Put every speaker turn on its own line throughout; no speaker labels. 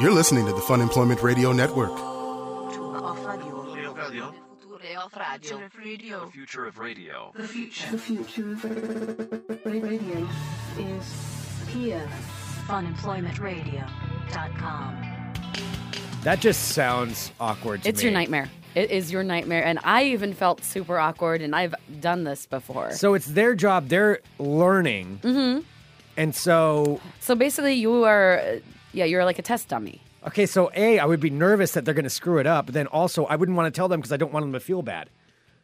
You're listening to the Fun Employment Radio Network.
The future of radio.
The future of radio is here.
funemploymentradio.com.
That just sounds awkward to
It's
me.
your nightmare. It is your nightmare. And I even felt super awkward, and I've done this before. So,
So it's their job. They're learning. Mm-hmm. And so,
basically, you are, uh, yeah, you're like a test dummy.
okay, so A, I would be nervous that they're going to screw it up. But then also, I wouldn't want to tell them because I don't want them to feel bad.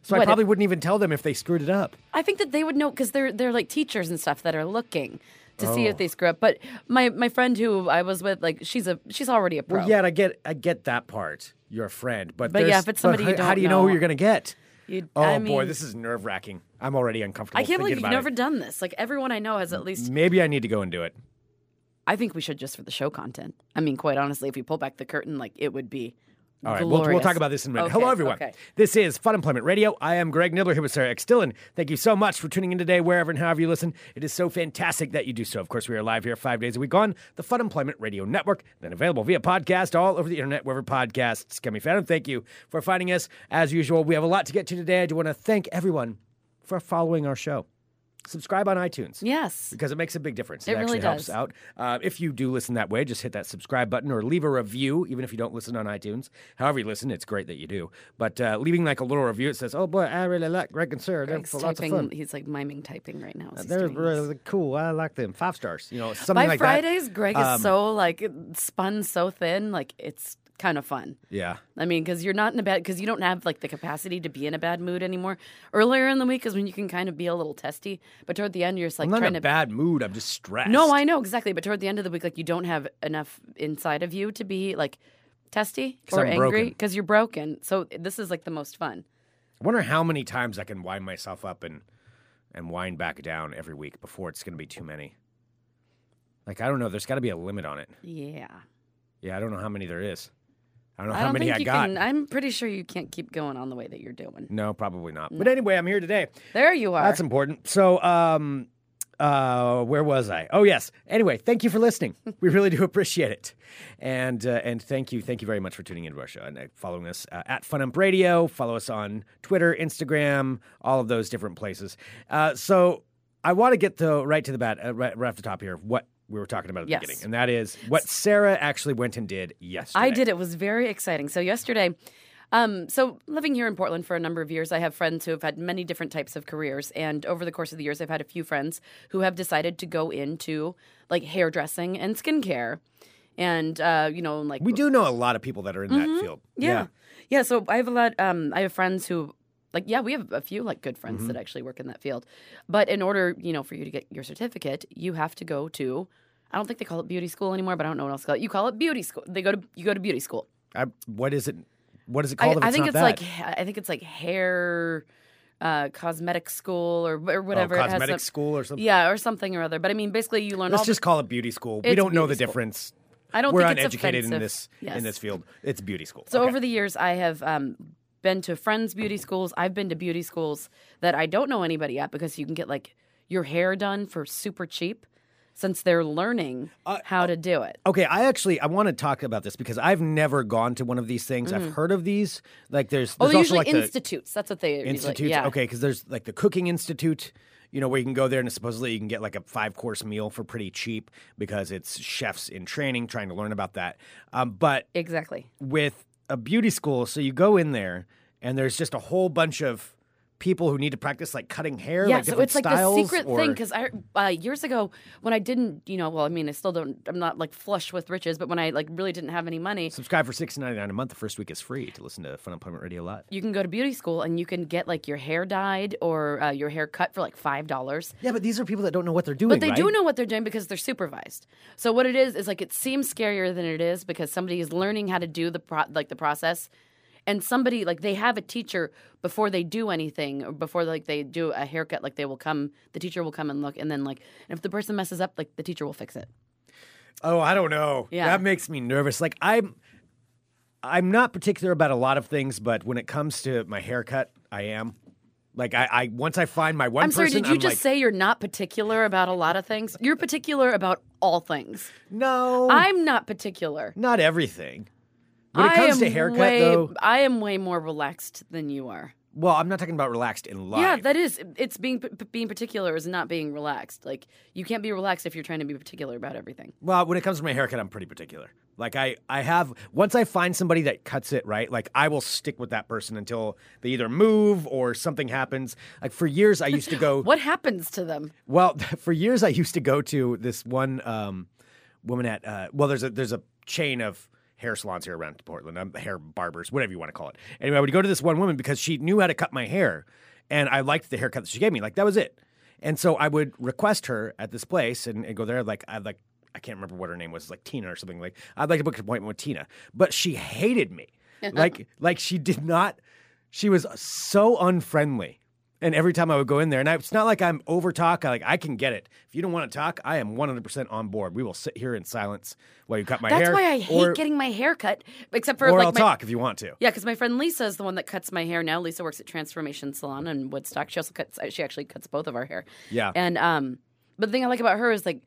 So I
What if-
probably wouldn't even tell them if they screwed it up.
I think that they would know because they're they're like teachers and stuff that are looking to see
Oh.
if they screw up. But my my friend who I was with, like, she's a she's already a pro.
Well, yeah, and I get, I get that part. You're a friend, but
But yeah,
there's-
if it's somebody
but how,
you
how
don't
do you know who
know-
you're going to get?
You-
oh
I
boy,
mean-
this is nerve wracking. I'm already uncomfortable.
I can't
thinking
believe you've
about
never
it.
done this. Like everyone I know has at least.
Maybe I need to go and do it.
I think we should just for the show content. I mean, quite honestly, if we pull back the curtain, like it would be.
All right, we'll,
glorious.
we'll talk about this in a minute.
Okay,
Hello, everyone.
okay.
This is Fun Employment Radio. I am Greg Nibbler here with Sarah X. Dillon. Thank you so much for tuning in today, wherever and however you listen. It is so fantastic that you do so. Of course, we are live here five days a week on the Fun Employment Radio Network, then available via podcast all over the internet, wherever podcasts can be found. And thank you for finding us. As usual, we have a lot to get to today. I do want to thank everyone for following our show. Subscribe on iTunes
Yes.
because it makes a big difference. It,
It really
actually helps
does.
out. Uh, if you do listen that way, just hit that subscribe button or leave a review, even if you don't listen on iTunes. However you listen, it's great that you do. But uh, leaving like a little review, it says, "Oh boy, I really like Greg and Sarah. They're
Greg's
for lots of
typing-
fun.
He's like miming typing right now. as he's
They're
doing this.
really cool. I like them. Five stars. You know, something
By
like
Fridays,
that."
Greg
Um,
is so like spun so thin. Like it's kind of fun.
yeah.
I mean, because you're not in a bad because you don't have like the capacity to be in a bad mood anymore. Earlier in the week is when you can kind of be a little testy, but toward the end you're just like
I'm not
trying
in a
to.
bad mood. I'm just stressed.
No, I know exactly, but toward the end of the week, like you don't have enough inside of you to be like testy
'Cause
or
I'm
angry
broken.
because you're broken. So this is like the most fun.
I wonder how many times I can wind myself up and and wind back down every week before it's going to be too many. Like I don't know. There's got to be a limit on it.
Yeah,
Yeah, I don't know how many there is. I don't know
I
how
don't
many
think
I
you
got.
can. I'm pretty sure you can't keep going on the way that you're doing.
No, probably not. But anyway, I'm here today.
There you are.
That's important. So, um, uh, where was I? Oh, yes. Anyway, thank you for listening. We really do appreciate it, and uh, and thank you, thank you very much for tuning into our show and uh, following us uh, at Fun Ump Radio. Follow us on Twitter, Instagram, all of those different places. Uh, so, I want to get the right to the bat, uh, right, right off the top here. of What we were talking about at the
Yes.
beginning, and that is what Sarah actually went and did yesterday.
I did. It was very exciting. So yesterday, um, so living here in Portland for a number of years, I have friends who have had many different types of careers, and over the course of the years, I've had a few friends who have decided to go into like hairdressing and skincare, and uh, you know, like
We do know a lot of people that are in that field.
Mm-hmm. yeah. yeah. So I have a lot. Um, I have friends who, like, yeah, we have a few like good friends
Mm-hmm.
that actually work in that field. But in order, you know, for you to get your certificate, you have to go to. I don't think they call it beauty school anymore, but I don't know what else to call it. You call it beauty school. They go to you go to beauty school.
I, what is it? What is it
I,
called? if
I
it's
think
not
it's
that?
like ha- I think it's like hair, uh, cosmetic school or, or whatever.
oh,
It has
cosmetic
some-
school or something.
Yeah, or something or other. But I mean, basically, you learn
Let's
all.
just call it beauty school. We
It's
don't know the
beauty school.
difference.
the, I don't
We're
think it's
uneducated in
offensive.
this in
Yes.
this field. It's beauty school.
So
Okay.
over the years, I have um, been to friends' beauty schools. I've been to beauty schools that I don't know anybody at because you can get like your hair done for super cheap, since they're learning
Uh, oh.
how to do it.
Okay, I actually I want to talk about this because I've never gone to one of these things. I've heard of these. Like there's,
Mm-hmm. Oh,
there's also
they're usually
like the
institutes. That's what they like,
institutes.
yeah.
Okay, because there's like the cooking institute. You know where you can go there and supposedly you can get like a five course meal for pretty cheap because it's chefs in training trying to learn about that. Um, but
Exactly.
with a beauty school. So you go in there, and there's just a whole bunch of people who need to practice like cutting hair.
Yeah,
like
so
different
it's like the
styles,
secret
or...
thing because I uh, years ago when I didn't, you know, well, I mean, I still don't. I'm not like flush with riches, but when I like really didn't have any money,
Subscribe for six ninety nine a month. The first week is free to listen to Fun Employment Radio Live.
you can go to beauty school and you can get like your hair dyed or uh, your hair cut for like five dollars.
Yeah, but these are people that don't know what they're doing.
But they do know what they're doing because they're supervised. So what it is is like it seems scarier than it is because somebody is learning how to do the pro- like the process, and somebody like they have a teacher before they do anything or before like they do a haircut. Like they will come, the teacher will come and look, and then like and if the person messes up, like the teacher will fix it.
Oh, I don't know.
Yeah.
that makes me nervous. Like I'm, I'm not particular about a lot of things, but when it comes to my haircut, I am. Like I, I once I find my one
I'm sorry,
person,
did you
I'm
just
like,
say you're not particular about a lot of things? You're particular about all things.
no,
I'm not particular.
not everything. Oh. When it
I
comes to
am
haircut,
way-
though,
I am way more relaxed than you are.
well, I'm not talking about relaxed in life.
Yeah, that is. It's being p- p- being particular is not being relaxed. Like you can't be relaxed if you're trying to be particular about everything.
Well, when it comes to my haircut, I'm pretty particular. Like I, I have once I find somebody that cuts it right, like I will stick with that person until they either move or something happens. Like for years, I used to go.
What happens to them?
Well, for years I used to go to this one um, woman at uh, well, there's a there's a chain of hair salons here around Portland, um, hair barbers, whatever you want to call it. Anyway, I would go to this one woman because she knew how to cut my hair, and I liked the haircut that she gave me. Like that was it. And so I would request her at this place and, and go there. Like I like I can't remember what her name was, like Tina or something. Like I'd like to book an appointment with Tina, but she hated me. like like she did not. She was so unfriendly. And every time I would go in there, and I, it's not like I'm over talk. I, like I can get it. If you don't want to talk, I am 100% on board. We will sit here in silence while you cut my
That's
hair.
why I hate
or,
getting my hair cut. Except for
Or
like
I'll
my,
talk if you want to.
Yeah, because my friend Lisa is the one that cuts my hair now. Lisa works at Transformation Salon in Woodstock. She also cuts. She actually cuts both of our hair.
Yeah.
And um, but the thing I like about her is like,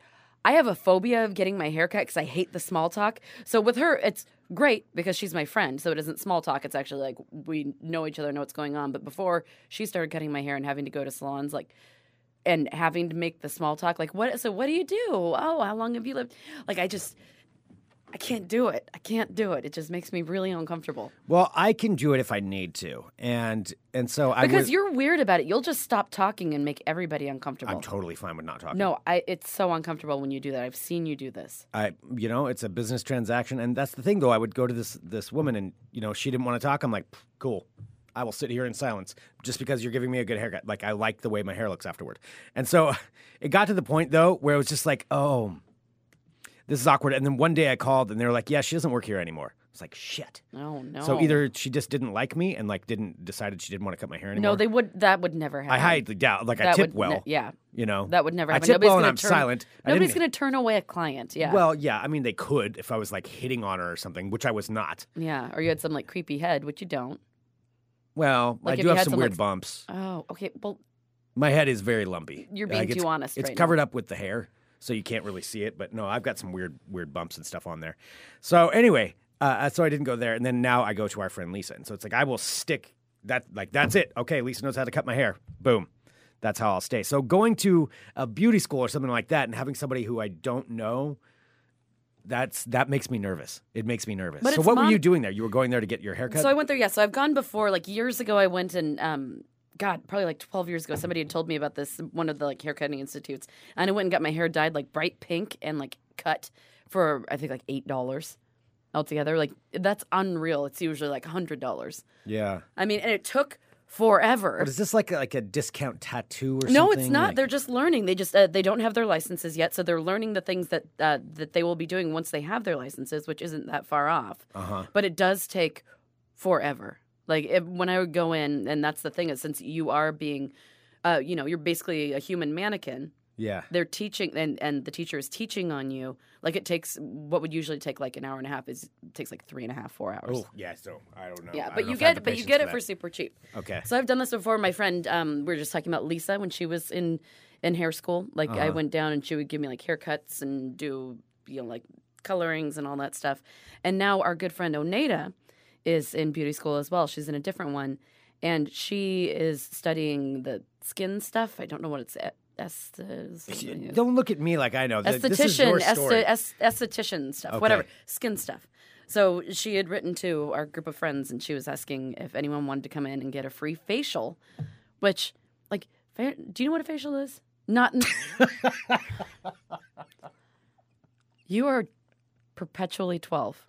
I have a phobia of getting my hair cut because I hate the small talk. So with her, it's great because she's my friend, so it isn't small talk. It's actually like we know each other, know what's going on. But before she started cutting my hair and having to go to salons, like and having to make the small talk like what so what do you do oh how long have you lived like i just i can't do it i can't do it it just makes me really uncomfortable
Well, I can do it if I need to, and and so I
because
would-
you're weird about it you'll just stop talking and make everybody uncomfortable
I'm totally fine with not talking.
no i it's so uncomfortable when you do that i've seen you do this
I you know it's a business transaction, and that's the thing though. I would go to this this woman, and you know she didn't want to talk. I'm like, "Pff, cool. I will sit here in silence just because you're giving me a good haircut. Like I like the way my hair looks afterward. And so it got to the point though where it was just like, oh, this is awkward. And then one day I called, and they were like, yeah, she doesn't work here anymore. It's like shit.
oh no
So either she just didn't like me and like didn't decided she didn't want to cut my hair anymore.
no they would that would never happen
I highly doubt. Like I
That
tip
would ne-
well.
yeah.
You know
that would never
I
happen
tip
nobody's
well and
gonna
I'm
turn,
silent. I didn't
nobody's
mean-
gonna turn away a client yeah
Well, yeah. I mean, they could if I was like hitting on her or something, which I was not.
yeah or you had some like creepy head which you don't
Well, I
Like, if
do
you
have
had
some
some,
weird
like,
bumps.
oh okay well
My head is very lumpy.
You're being
it's-
too honest
It's
right now.
covered up with the hair, so you can't really see it. But no, I've got some weird, weird bumps and stuff on there. So anyway, uh, so I didn't go there, and then now I go to our friend Lisa, and so it's like I will stick that. Like that's it. Okay, Lisa knows how to cut my hair. Boom. That's how I'll stay. So going to a beauty school or something like that, and having somebody who I don't know. That's that makes me nervous. It makes me nervous.
But
so
it's
what were
mom-
you doing there? You were going there to get your haircut.
So I went there, yeah. So I've gone before, like years ago, I went and, um, God, probably like 12 years ago, somebody had told me about this, one of the like haircutting institutes. And I went and got my hair dyed like bright pink and like cut for, I think, like $8 altogether. Like that's unreal. It's usually like $100.
yeah.
I mean, and it took forever.
But is this like a, like a discount tattoo or
No,
something?
it's not.
Like-
They're just learning. They just uh, they don't have their licenses yet, so they're learning the things that uh, that they will be doing once they have their licenses, which isn't that far off. Uh-huh. But it does take forever. Like if, when I would go in, and that's the thing is since you are being, uh, you know, you're basically a human mannequin.
yeah.
They're teaching, and and the teacher is teaching on you. Like it takes what would usually take like an hour and a half is takes like three and a half, four hours.
Oh yeah, so I don't know. I
Yeah,
don't
but
know
you
if I have
get
the
but you
patience
get it for
that.
super cheap.
Okay.
So I've done this before. My friend, um, we were just talking about Lisa when she was in in hair school. Like I went down and she would give me like haircuts and do you know like colorings and all that stuff. And now our good friend Oneida is in beauty school as well. She's in a different one, and she is studying the skin stuff. I don't know what it's at.
Y- Don't look at me like I know. Th- This is your
esthetician,
story.
est- est- esthetician stuff, whatever, skin stuff. So she had written to our group of friends, and she was asking if anyone wanted to come in and get a free facial. Which, like, fa- do you know what a facial is? Not. In- you are perpetually twelve.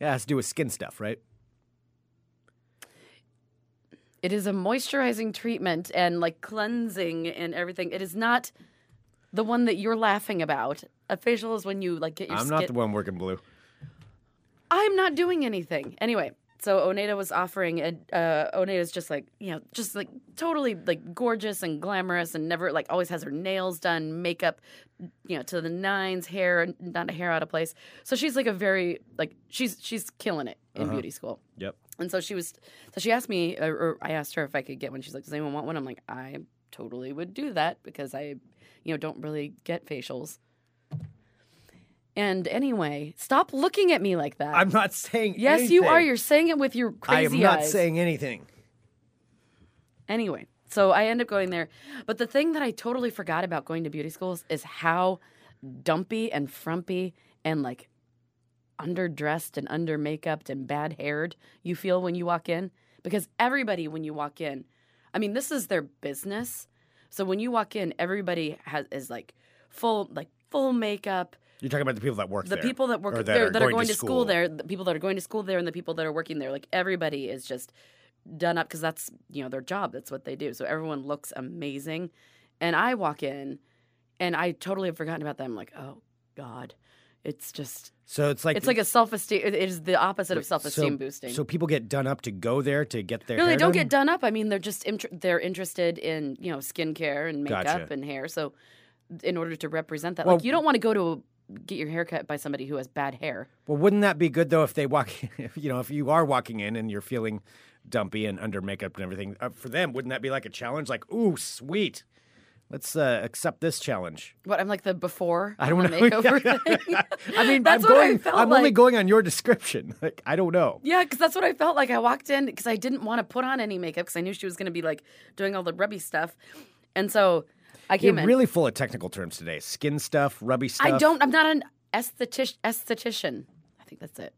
yeah, it has to do with skin stuff, right?
It is a moisturizing treatment and like cleansing and everything. It is not the one that you're laughing about. A facial is when you like get your
I'm
skin.
not the one working blue.
I'm not doing anything. Anyway, so Oneida was offering, and uh, Oneida's just like, you know, just like totally like gorgeous and glamorous and never like always has her nails done, makeup, you know, to the nines, hair, not a hair out of place. So she's like a very, like, she's, she's killing it. in beauty school.
Yep.
And so she was, so she asked me, or, or I asked her if I could get one. She's like, "Does anyone want one?" I'm like, "I totally would do that because I, you know, don't really get facials." And anyway, stop looking at me like that.
I'm not saying.
yes, you are.
anything.
You're saying it with your
I
crazy
am not
eyes.
saying anything.
Anyway, so I end up going there. But the thing that I totally forgot about going to beauty schools is how dumpy and frumpy and like underdressed and under makeuped and bad haired you feel when you walk in. Because everybody, when you walk in, I mean, this is their business. So when you walk in, everybody has is like full like full makeup.
You're talking about the people that work
The
there,
people that work
or
there, that are going to school. there, the people that are going to school there, and the people that are working there, like everybody is just done up because that's you know their job. That's what they do. So everyone looks amazing, and I walk in, and I totally have forgotten about them. Like, oh god, it's just
So it's like
it's like a self esteem. It is the opposite of self esteem
so,
boosting.
So people get done up to go there to get their.
no, they
hair
don't get done up. I mean, they're just inter- they're interested in you know skincare and makeup
Gotcha.
and hair. So in order to represent that,
Well-
like you don't want to go to. Get your hair cut by somebody who has bad hair.
Well, wouldn't that be good though if they walk, if, you know, if you are walking in and you're feeling dumpy and under makeup and everything uh, for them? Wouldn't that be like a challenge? Like, ooh, sweet, let's uh, accept this challenge.
What I'm like the before.
I don't
the
know.
Makeover thing.
I mean,
that's
I'm
what
going.
I felt
I'm
like.
only going on your description. Like, I don't know.
Yeah, because that's what I felt like. I walked in because I didn't want to put on any makeup because I knew she was going to be like doing all the rubby stuff, and so I came
You're
in.
really full of technical terms today. Skin stuff, rubby stuff.
I don't. I'm not an aesthetician. Esthetician. I think that's it.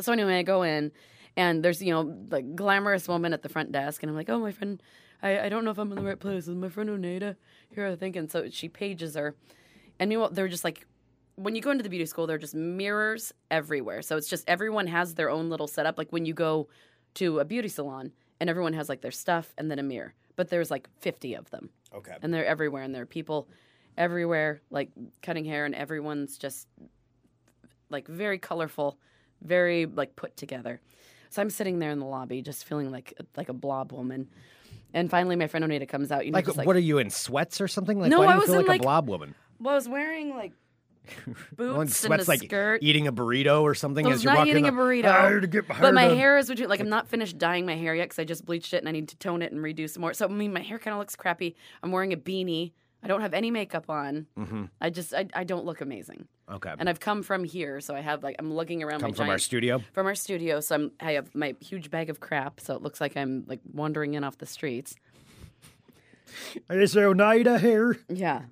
So anyway, I go in, and there's you know like glamorous woman at the front desk, and I'm like, oh my friend, I, I don't know if I'm in the right place. Is my friend Oneida here? I think, and so she pages her, and you know, they're just like. When you go into the beauty school, there are just mirrors everywhere. So it's just everyone has their own little setup. Like when you go to a beauty salon and everyone has like their stuff and then a mirror, but there's like 50 of them
Okay.
and they're everywhere and there are people everywhere like cutting hair and everyone's just like very colorful very like put together so i'm sitting there in the lobby just feeling like like a blob woman and finally my friend oneida comes out you know
Like,
just like
what are you in sweats or something? Like,
No,
why do
I
you
was
feel
in,
like,
like-
a blob woman?
well i was wearing like
Well, in
boots and a
sweats, like
skirt
eating a burrito or something
I
as
was
you're
not
walking.
eating a
the-
burrito,
I had to get my hair
but my
done.
hair is between. Like I'm not finished dyeing my hair yet because I just bleached it and I need to tone it and redo some more. So I mean, my hair kind of looks crappy. I'm wearing a beanie. I don't have any makeup on.
Mm-hmm.
I just I, I don't look amazing.
Okay.
And I've come from here, so I have like I'm looking around.
Come
my
from our
giant-
studio.
From our studio, so I'm I have my huge bag of crap, so it looks like I'm like wandering in off the streets.
Is there Oneida hair?
Yeah.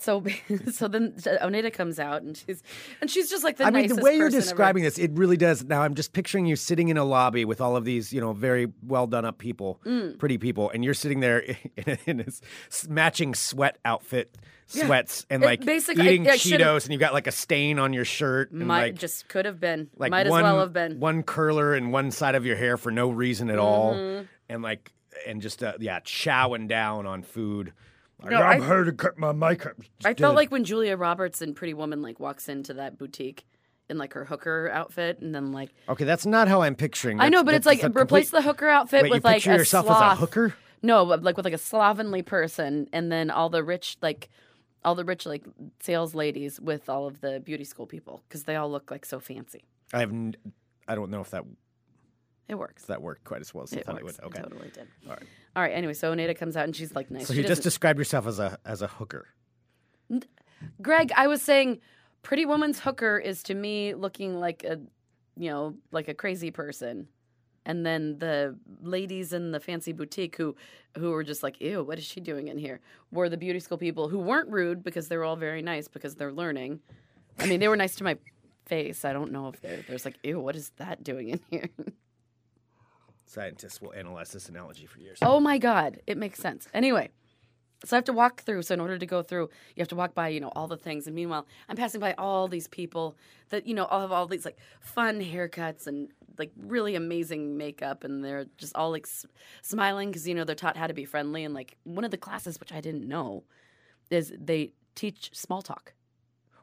So, so then Oneida comes out and she's, and she's just like the
I mean, the
nicest
way you're
person ever.
describing this, it really does. Now, I'm just picturing you sitting in a lobby with all of these, you know, very well done up people,
Mm.
pretty people, and you're sitting there in, a, in a s- matching sweat outfit, sweats, and
It-
like
basically, I-
eating
I should've-
Cheetos, and you got like a stain on your shirt, and
might
like
just could have been,
like
might
one,
as well have been.
one curler in one side of your hair for no reason at
Mm-hmm.
all, and like and just uh, yeah, chowing down on food.
No, I-
here to cut my makeup.
I felt like when Julia Roberts in Pretty Woman like walks into that boutique in like her hooker outfit, and then like
okay, that's not how I'm picturing.
I
That's-
know, but it's
that's
like
a complete-
replace the hooker outfit
Wait,
with
you
like
picture
a
yourself as a
sloth.
hooker?
No, but like with like a slovenly person, and then all the rich like all the rich like sales ladies with all of the beauty school people because they all look like so fancy.
I have. N- I don't know if that
It works.
that worked quite as well as I
It
thought it
works.
would. Okay.
It totally did.
All right.
All right. Anyway, so Oneida comes out and she's like nice.
So
She
you just
doesn't-
described yourself as a as a hooker.
Greg, I was saying Pretty Woman's hooker is to me looking like a you know, like a crazy person. And then the ladies in the fancy boutique who who were just like, ew, what is she doing in here? Were the beauty school people who weren't rude because they were all very nice because they're learning. I mean, they were nice to my face. I don't know if they're there's like, ew, what is that doing in here?
Scientists will analyze this analogy for years.
Oh my God, it makes sense. Anyway, so I have to walk through. So in order to go through, you have to walk by, you know, all the things. And meanwhile, I'm passing by all these people that you know all have all these like fun haircuts and like really amazing makeup, and they're just all like s- smiling because you know they're taught how to be friendly. And like one of the classes, which I didn't know, is they teach small talk.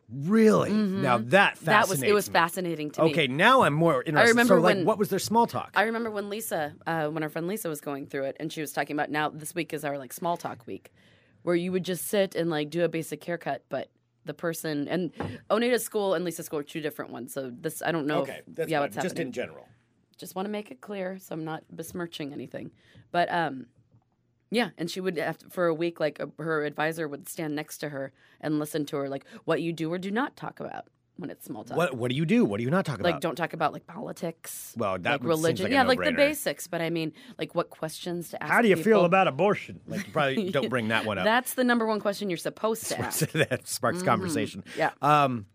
Really? Now that
Mm-hmm. That was it was
fascinates me.
fascinating to me.
Okay, now I'm more interested.
remember
so, like,
when-
what was their small talk?
I remember when Lisa, uh, when our friend Lisa was going through it, and she was talking about now this week is our like small talk week, where you would just sit and like do a basic haircut, but the person and Oneda's school and Lisa's school are two different ones. So this I don't know.
Okay,
if,
that's
yeah,
fine.
what's
just
happening.
in general.
Just want to make it clear, so I'm not besmirching anything. But um, yeah, and she would have to- for a week. Like a, her advisor would stand next to her and listen to her, like what you do or do not talk about when it's small talk.
What What do you do? What do you not talk about?
Like don't talk about like politics.
Well, that
like
would- seems
religion.
like a
yeah, like the
no-brainer.
basics. But I mean, like what questions to ask.
How do you feel
people.
about abortion? Like, you probably don't bring that one up.
That's Mm-hmm. the number one question you're supposed to ask.
that sparks conversation.
Yeah.
Um,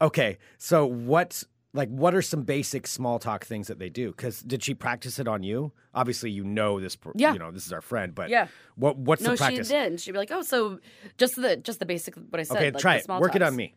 okay. So what? Like, what are some basic small talk things that they do? Because did she practice it on you? Obviously, you know this. per-
Yeah.
You know this is our friend, but
Yeah.
What What's
no,
the
she
practice?
did. She'd be like, "Oh, so just the just the basic what I said."
Okay,
like
try
the
it.
small
Work it
talks.
on me.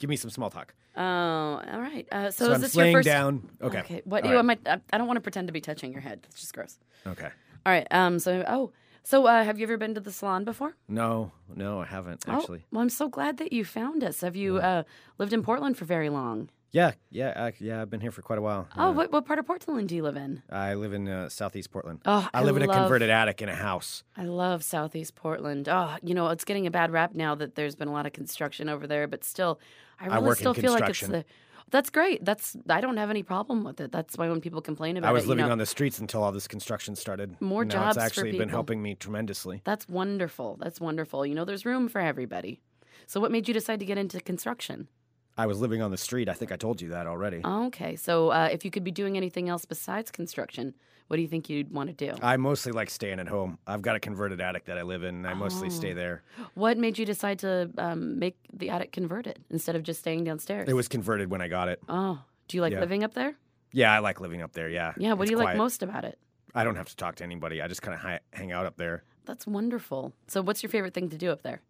Give me some small talk.
Oh, all right. Uh, so,
So
is
I'm
this
laying
your first?
down. Okay.
What
All
you?
right.
Am I, I? I don't want to pretend to be touching your head. That's just gross.
Okay.
All right. Um. So oh. So uh, have you ever been to the salon before?
No, no, I haven't actually. Mm-hmm.
Oh, well, I'm so glad that you found us. Have you uh, lived in Portland for very long?
Yeah, yeah, I, yeah. I've been here for quite a while.
Oh, what, what part of Portland do you live in?
I live in uh, Southeast Portland.
Oh,
I
I
live in a
love-
converted attic in a house.
I love Southeast Portland. Oh, you know, it's getting a bad rap now that there's been a lot of construction over there, but still, I really
work in
still feel like it's
construction.
the. That's great. That's I don't have any problem with it. That's why when people complain about
I was
it,
living
you know,
on the streets until all this construction started.
More
now It's
jobs for
actually been
people.
helping me tremendously.
that's wonderful. That's wonderful. You know, there's room for everybody. So, what made you decide to get into construction?
I was living on the street. I think I told you that already.
Okay, so uh, if you could be doing anything else besides construction, what do you think you'd want to do?
I mostly like staying at home. I've got a converted attic that I live in, and I mostly
Oh.
stay there.
What made you decide to um, make the attic converted instead of just staying downstairs?
It was converted when I got it.
Oh, do you like
Yeah.
living up there?
Yeah, I like living up there. Yeah.
Yeah. What
It's
do you like
quiet.
most about it?
I don't have to talk to anybody. I just kind of hi- hang out up there.
That's wonderful. So, what's your favorite thing to do up there?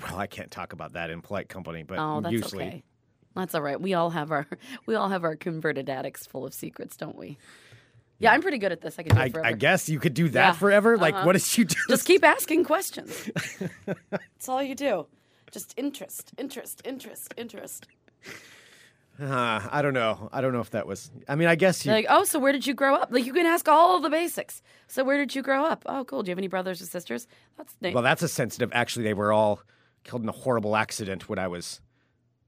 Well, I can't talk about that in polite company, but
Oh, that's
usually
okay. That's all right. We all have our we all have our converted addicts full of secrets, don't we? Yeah, I'm pretty good at this. I can do it
I,
forever.
I guess you could do that
Yeah. Uh-huh.
forever. Like, what did you do?
Just keep asking questions. that's all you do. Just interest, interest, interest, interest.
Uh, I don't know. I don't know if that was. I mean, I guess you.
Like, oh, so where did you grow up? Like, you can ask all the basics. So, where did you grow up? Oh, cool. Do you have any brothers or sisters? That's nice.
well, that's a sensitive. Actually, they were all killed in a horrible accident when I was.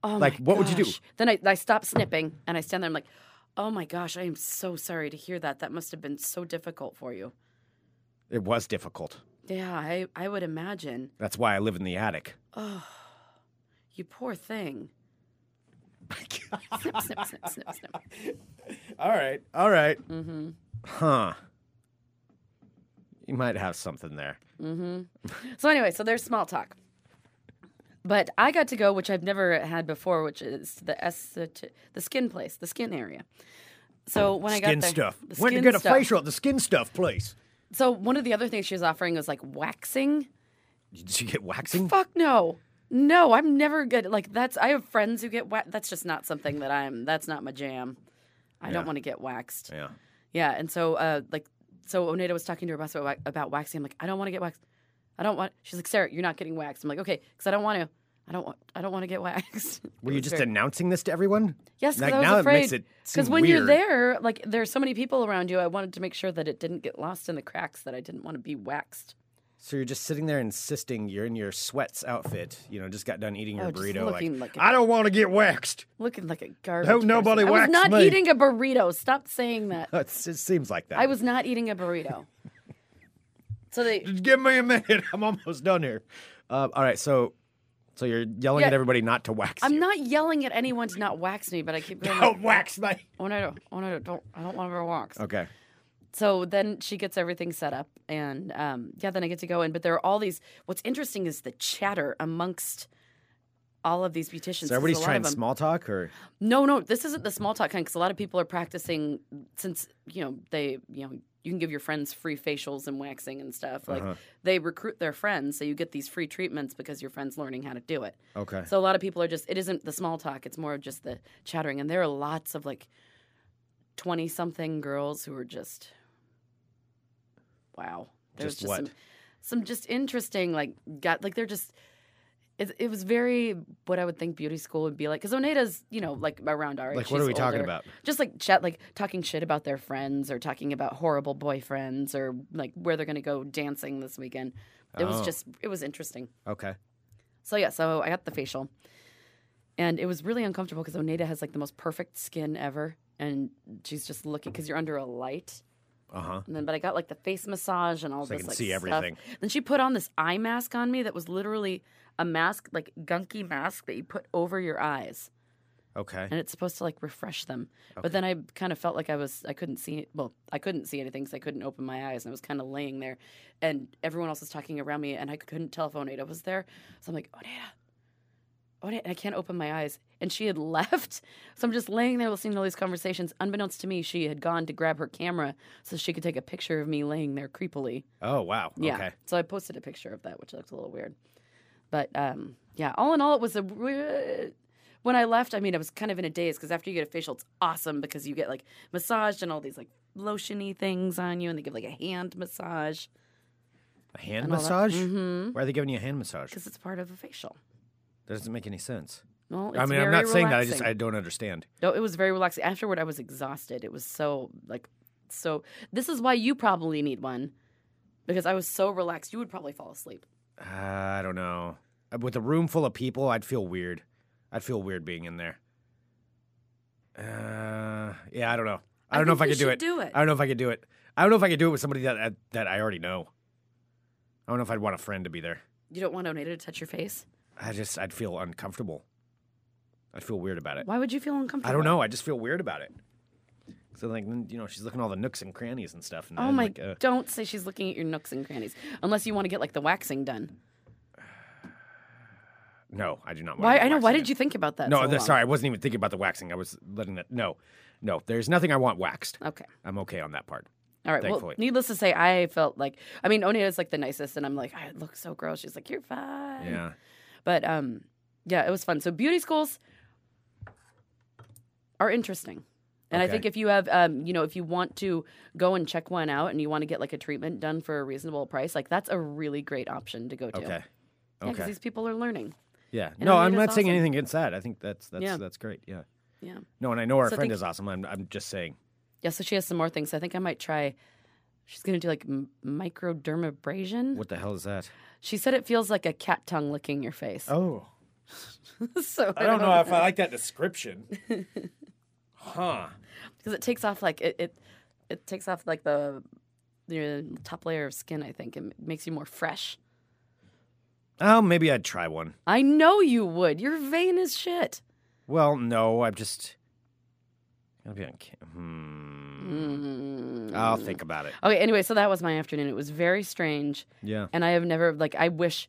Oh
Like,
my
what would you do?
gosh. Then I, I stop snipping and I stand there. I'm like, oh my gosh, I am so sorry to hear that. That must have been so difficult for you.
It was difficult.
Yeah, I, I would imagine.
That's why I live in the attic.
You poor thing. Snip, snip, snip, snip, snip.
all right. All Mm-hmm. Huh. You might have something there.
So, anyway, so there's small talk. But I got to go, which I've never had before, which is the esthet- the skin place, the skin area. So when I
skin
got there,
stuff.
the
Went to
skin
get a
stuff.
facial at the skin stuff place.
So one of the other things she was offering was like waxing.
Did you get waxing?
Fuck no. No, I'm never good. Like that's I have friends who get wax. That's just not something that I'm. That's not my jam. I
Yeah.
don't want to get waxed. Yeah.
Yeah.
and so uh, like, so Oneida was talking to her boss about, wa- about waxing. I'm like, I don't want to get waxed. I don't want. She's like, Sarah, you're not getting waxed. I'm like, okay, because I don't want to. I don't want. I don't want to get waxed.
Were
It
you
was
just
very-
announcing this to everyone?
Yes, because
Like,
I was
now
afraid.
it makes it seem
when you're
weird.
there, like there's so many people around you, I wanted to make sure that it didn't get lost in the cracks. That I didn't want to be waxed.
So you're just sitting there insisting you're in your sweats outfit, you know, just got done eating your
Oh, just
burrito.
looking
like,
like a-
I don't want to get waxed.
Looking like a garbage.
Hope nobody
person. I was
waxed
not
me.
eating a burrito. Stop saying that.
It's, it seems like that.
I was not eating a burrito. So they
Just give me a minute. I'm almost done here. Uh, all right, so so you're yelling
Yeah.
at everybody not to wax.
I'm
you.
not yelling at anyone to not wax me, but I keep going like,
Don't wax me.
oh no, no, oh no, no, don't I don't want to wax.
Okay.
So then she gets everything set up and um, yeah, then I get to go in. But there are all these what's interesting is the chatter amongst all of these beauticians. 'cause
So everybody's
a lot
trying
of 'em-
small talk, or
No, no, this isn't the small talk kind because a lot of people are practicing since you know they you know you can give your friends free facials and waxing and stuff. Like
uh-huh.
they recruit their friends, so you get these free treatments because your friend's learning how to do it.
okay.
So a lot of people are just it isn't the small talk; it's more of just the chattering. And there are lots of like twenty something girls who are just wow. There's
Just
just,
what?
some some just interesting like got like they're just. It, it was very what I would think beauty school would be like because Oneda's you know like around our age,
Like, what are
she's
we talking
older.
about?
Just like chat, like talking shit about their friends or talking about horrible boyfriends or like where they're gonna go dancing this weekend. It was
Oh.
just it was interesting.
okay.
So yeah, so I got the facial. and it was really uncomfortable because Oneida has like the most perfect skin ever, and she's just looking because you're under a light.
Uh-huh.
Uh huh. And then, but I got like the face massage and all
they
this.
can
like,
see
stuff.
everything.
Then she put on this eye mask on me that was literally a mask, like gunky mask that you put over your eyes,
Okay.
and it's supposed to like refresh them. But then I kind of felt like I was I couldn't see well I couldn't see anything because I couldn't open my eyes and I was kind of laying there, and everyone else was talking around me and I couldn't tell if Oneida was there. So I'm like "Oh, Oneida, Oneida, and I can't open my eyes. And she had left, so I'm just laying there listening to all these conversations. Unbeknownst to me, she had gone to grab her camera so she could take a picture of me laying there creepily.
Oh wow.
Yeah.
Okay.
So I posted a picture of that, which looked a little weird. But um, yeah, all in all, it was a. re- When I left, I mean, I was kind of in a daze because after you get a facial, it's awesome because you get like massaged and all these like lotiony things on you, and they give like a hand massage
A hand
all that.
massage? Mm-hmm. Why are they giving you a hand massage?
because it's part of a facial.
That doesn't make any sense.
Well, it's
I mean,
very
I'm not saying that. I just
relaxing.
I don't understand.
No, it was very relaxing. Afterward, I was exhausted. It was so like so. This is why you probably need one because I was so relaxed. You would probably fall asleep.
Uh, I don't know. Uh, With a room full of people, I'd feel weird. I'd feel weird being in there. Uh, yeah, I don't know. I
I
don't know
think
if I
you
could do
should
it.
do it.
I don't know if I could do it. I don't know if I could do it with somebody that that, that I already know. I don't know if I'd want a friend to be there.
You don't want Oneida to touch your face.
I just I'd feel uncomfortable. I'd feel weird about it.
Why would you feel uncomfortable?
I don't know. I just feel weird about it. So like then, you know she's looking all the nooks and crannies and stuff. And
Oh
then,
my!
Like, uh,
Don't say she's looking at your nooks and crannies, unless you want to get like the waxing done.
no, I do not. want
Why?
to do
I know. Why
waxing.
did you think about that?
No,
so
th-
long?
sorry, I wasn't even thinking about the waxing. I was letting that. No, no, there's nothing I want waxed.
Okay.
I'm okay on that part.
All right.
Thankfully.
Well, needless to say, I felt like I mean, Onia is like the nicest, and I'm like, I look so gross. She's like, you're fine.
Yeah.
But um, yeah, it was fun. So beauty schools are interesting. And
Okay.
I think if you have, um, you know, if you want to go and check one out and you want to get like a treatment done for a reasonable price, like that's a really great option to go to.
Okay.
Because
Okay.
these people are learning.
Yeah.
And
No,
I mean,
I'm
it's
not saying
awesome.
anything against that. I think that's that's
Yeah.
that's great. Yeah.
Yeah.
No, and I know our
So I
friend
think-
is awesome. I'm I'm just saying.
Yeah, so she has some more things. I think I might try. She's gonna do like m- microdermabrasion.
What the hell is that?
She said it feels like a cat tongue licking your face.
Oh.
so
I don't know if I like that description. huh.
because it takes off like it, it. It takes off like the your top layer of skin. I think it m- makes you more fresh.
Oh, maybe I'd try one.
I know you would. You're vain as shit.
Well, no, I'm just gonna be on cam. Hmm. I'll think about it.
Mm. Okay. Anyway, so that was my afternoon. It was very strange.
Yeah.
and I have never like I wish,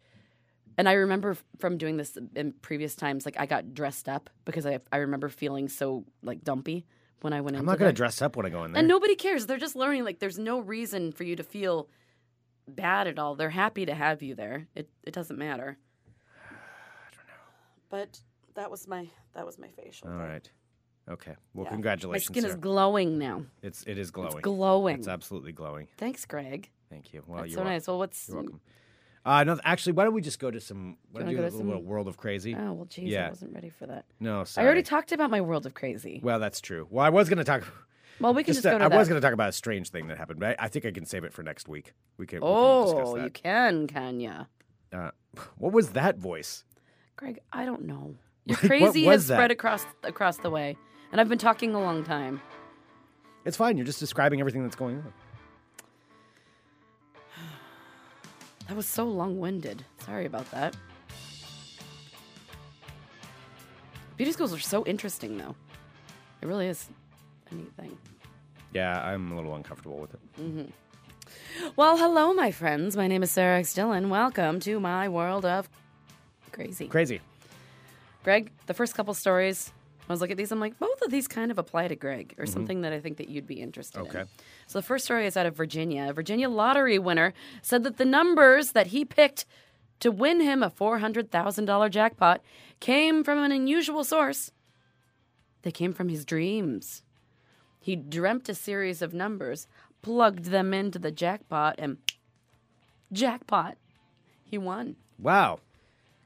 and I remember f- from doing this in previous times. Like I got dressed up because I I remember feeling so like dumpy when I went.
I'm
into
not gonna
that.
dress up when I go in there.
And nobody cares. They're just learning. Like there's no reason for you to feel bad at all. They're happy to have you there. It it doesn't matter. I don't know. But that was my that was my facial.
All right. Okay. Well, congratulations.
My skin is
Sarah.
glowing now.
It's it is glowing.
Glowing.
It's absolutely glowing.
Thanks, Greg.
Thank you. Well,
That's
you're
so
welcome.
nice. Well, what's
You're welcome. Uh, no, actually, why don't we just go to some? Why
Do
don't we do a
you wanna go to
little,
some-
little world of crazy?
Oh well, geez,
Yeah.
I wasn't ready for that.
No,
I already
sorry.
talked about my world of crazy.
Well, that's true. Well, I was going to talk.
Well, we can just,
uh,
go to
I
that.
was going to talk about a strange thing that happened, but I, I think I can save it for next week. We can. we can
oh,
discuss
you
that.
can, Kenya.
Uh, what was that voice?
Greg, I don't know. Your
what
crazy
was
has
that?
spread across across the way, and I've been talking a long time.
It's fine. You're just describing everything that's going on.
That was so long winded. Sorry about that. Beauty schools are so interesting, though. It really is a neat thing.
Yeah, I'm a little uncomfortable with it.
Well, hello, my friends. My name is Sarah X. Dillon. Welcome to my world of crazy.
Crazy.
Greg, the first couple stories, I was looking at these. I'm like, both of these kind of apply to Greg or something that I think that you'd be interested in.
Okay.
So the first story is out of Virginia. A Virginia lottery winner said that the numbers that he picked to win him a $400,000 jackpot came from an unusual source. They came from his dreams. He dreamt a series of numbers, plugged them into the jackpot, and jackpot, he won.
Wow.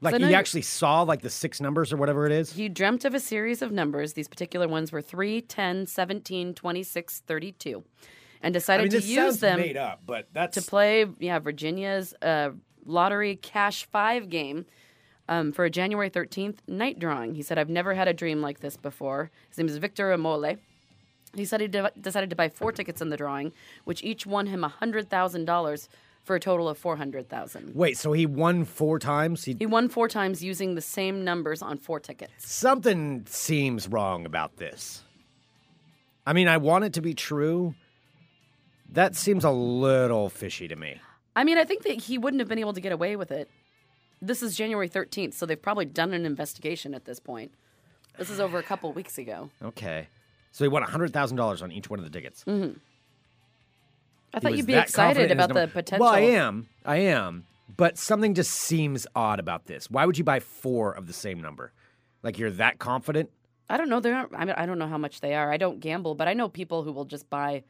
Like
So now
he
you-
actually saw like the six numbers or whatever it is.
He dreamt of a series of numbers. These particular ones were 3, 10, 17, 26, 32, and
I
decided
mean,
to
this
use
sounds
them
made up, but that's
to play, yeah, Virginia's uh, lottery cash five game um, for a January 13th night drawing. He said, I've never had a dream like this before. His name is Victor Amole. He said he de- decided to buy four tickets in the drawing, which each won him $100,000 for a total of 400000
Wait, so he won four times? He,
He won four times using the same numbers on four tickets.
something seems wrong about this. I mean, I want it to be true. That seems a little fishy to me.
I mean, I think that he wouldn't have been able to get away with it. This is January 13th, so they've probably done an investigation at this point. This is over a couple weeks ago.
Okay. So he won $100,000 on each one of the tickets.
I
He
thought
was
you'd be
that
excited
confident in his
about the
number.
potential.
Well, I am. I am. But something just seems odd about this. Why would you buy four of the same number? Like you're that confident?
I don't know. They're not, I mean, I don't know how much they are. I don't gamble, but I know people who will just buy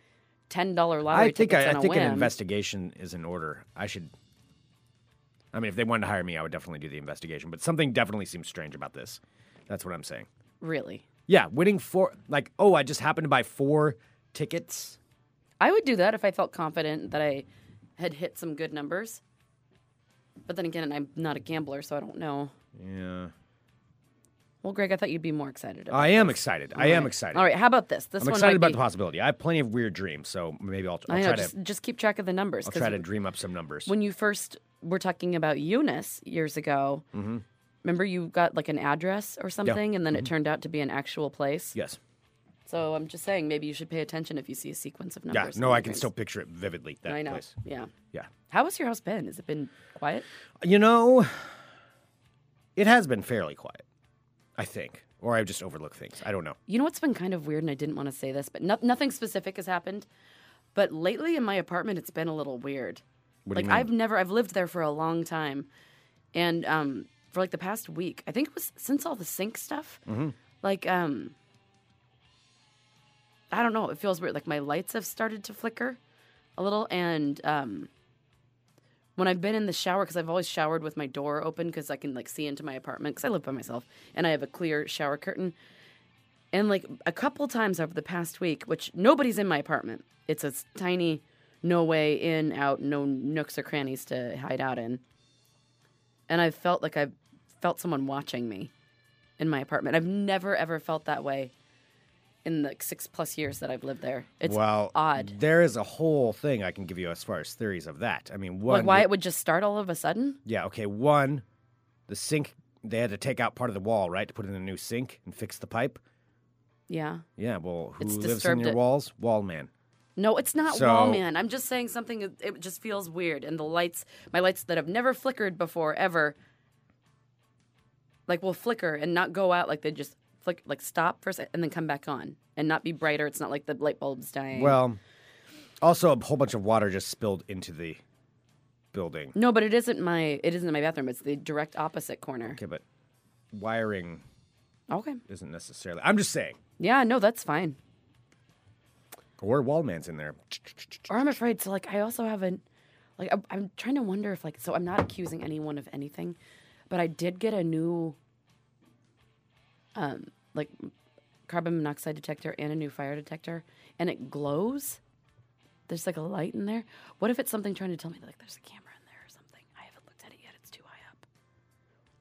ten dollar lottery
I think
tickets
I,
on
I
a
think an
whim.
investigation is in order. I should. I mean, if they wanted to hire me, I would definitely do the investigation. But something definitely seems strange about this. That's what I'm saying.
really,
Yeah, winning four. Like, oh, I just happened to buy four tickets.
I would do that if I felt confident that I had hit some good numbers. But then again, I'm not a gambler, so I don't know.
Yeah,
Well, Greg, I thought you'd be more excited. About
I am excited. I am
it.
excited.
All right, how about this? This
I'm
one
excited
might
about
be,
the possibility. I have plenty of weird dreams, so maybe I'll, I'll
I know.
try
Just,
to.
just keep track of the numbers.
I'll
'cause
try to dream up some numbers.
when you first were talking about Eunice years ago,
Mm-hmm.
remember you got like an address or something, and then it turned out to be an actual place.
yes.
So I'm just saying, maybe you should pay attention if you see a sequence of
Yeah.
numbers.
No,
in
I
your
can
dreams.
still picture it vividly. That
I know.
place.
Yeah.
Yeah.
How has your house been? Has it been quiet?
You know, it has been fairly quiet. I think, or I just overlook things. I don't know.
You know what's been kind of weird, and I didn't want to say this, but no- nothing specific has happened. But lately in my apartment, it's been a little weird.
What do
like
you mean?
I've never, I've lived there for a long time, and um, for like the past week, I think it was since all the sink stuff.
Mm-hmm.
Like, um, I don't know, it feels weird. Like my lights have started to flicker a little, and um, when I've been in the shower, because I've always showered with my door open, because I can like see into my apartment, because I live by myself, and I have a clear shower curtain. And like a couple times over the past week, which nobody's in my apartment. It's a s- tiny, no way in, out, no nooks or crannies to hide out in. And I felt like I felt someone watching me in my apartment. I've never ever felt that way in the six plus years that I've lived there. It's
well,
odd.
There is a whole thing I can give you as far as theories of that. I mean, one,
Like why it would just start all of a sudden?
yeah, okay, one, the sink. They had to take out part of the wall, right, to put in a new sink and fix the pipe.
Yeah.
Yeah, well, who
It's
lives in
disturbed
your
it.
walls? Wall man.
No, it's not
So-
wall man. I'm just saying something. is- It just feels weird, and the lights, my lights that have never flickered before ever, like will flicker and not go out. Like they just flick, like stop for a sec and then come back on and not be brighter. It's not like the light bulb's dying.
Well, also a whole bunch of water just spilled into the building.
no, but it isn't my. It isn't my bathroom. It's the direct opposite corner.
Okay, but wiring
Okay.
isn't necessarily. I'm just saying.
Yeah. No, that's fine.
Or wall man's in there.
Or I'm afraid. So like, I also haven't. Like, I- I'm trying to wonder if like. So I'm not accusing anyone of anything, but I did get a new. Um, like, carbon monoxide detector and a new fire detector, and it glows. There's like a light in there. What if it's something trying to tell me that like there's a camera in there or something? I haven't looked at it yet. It's too high up.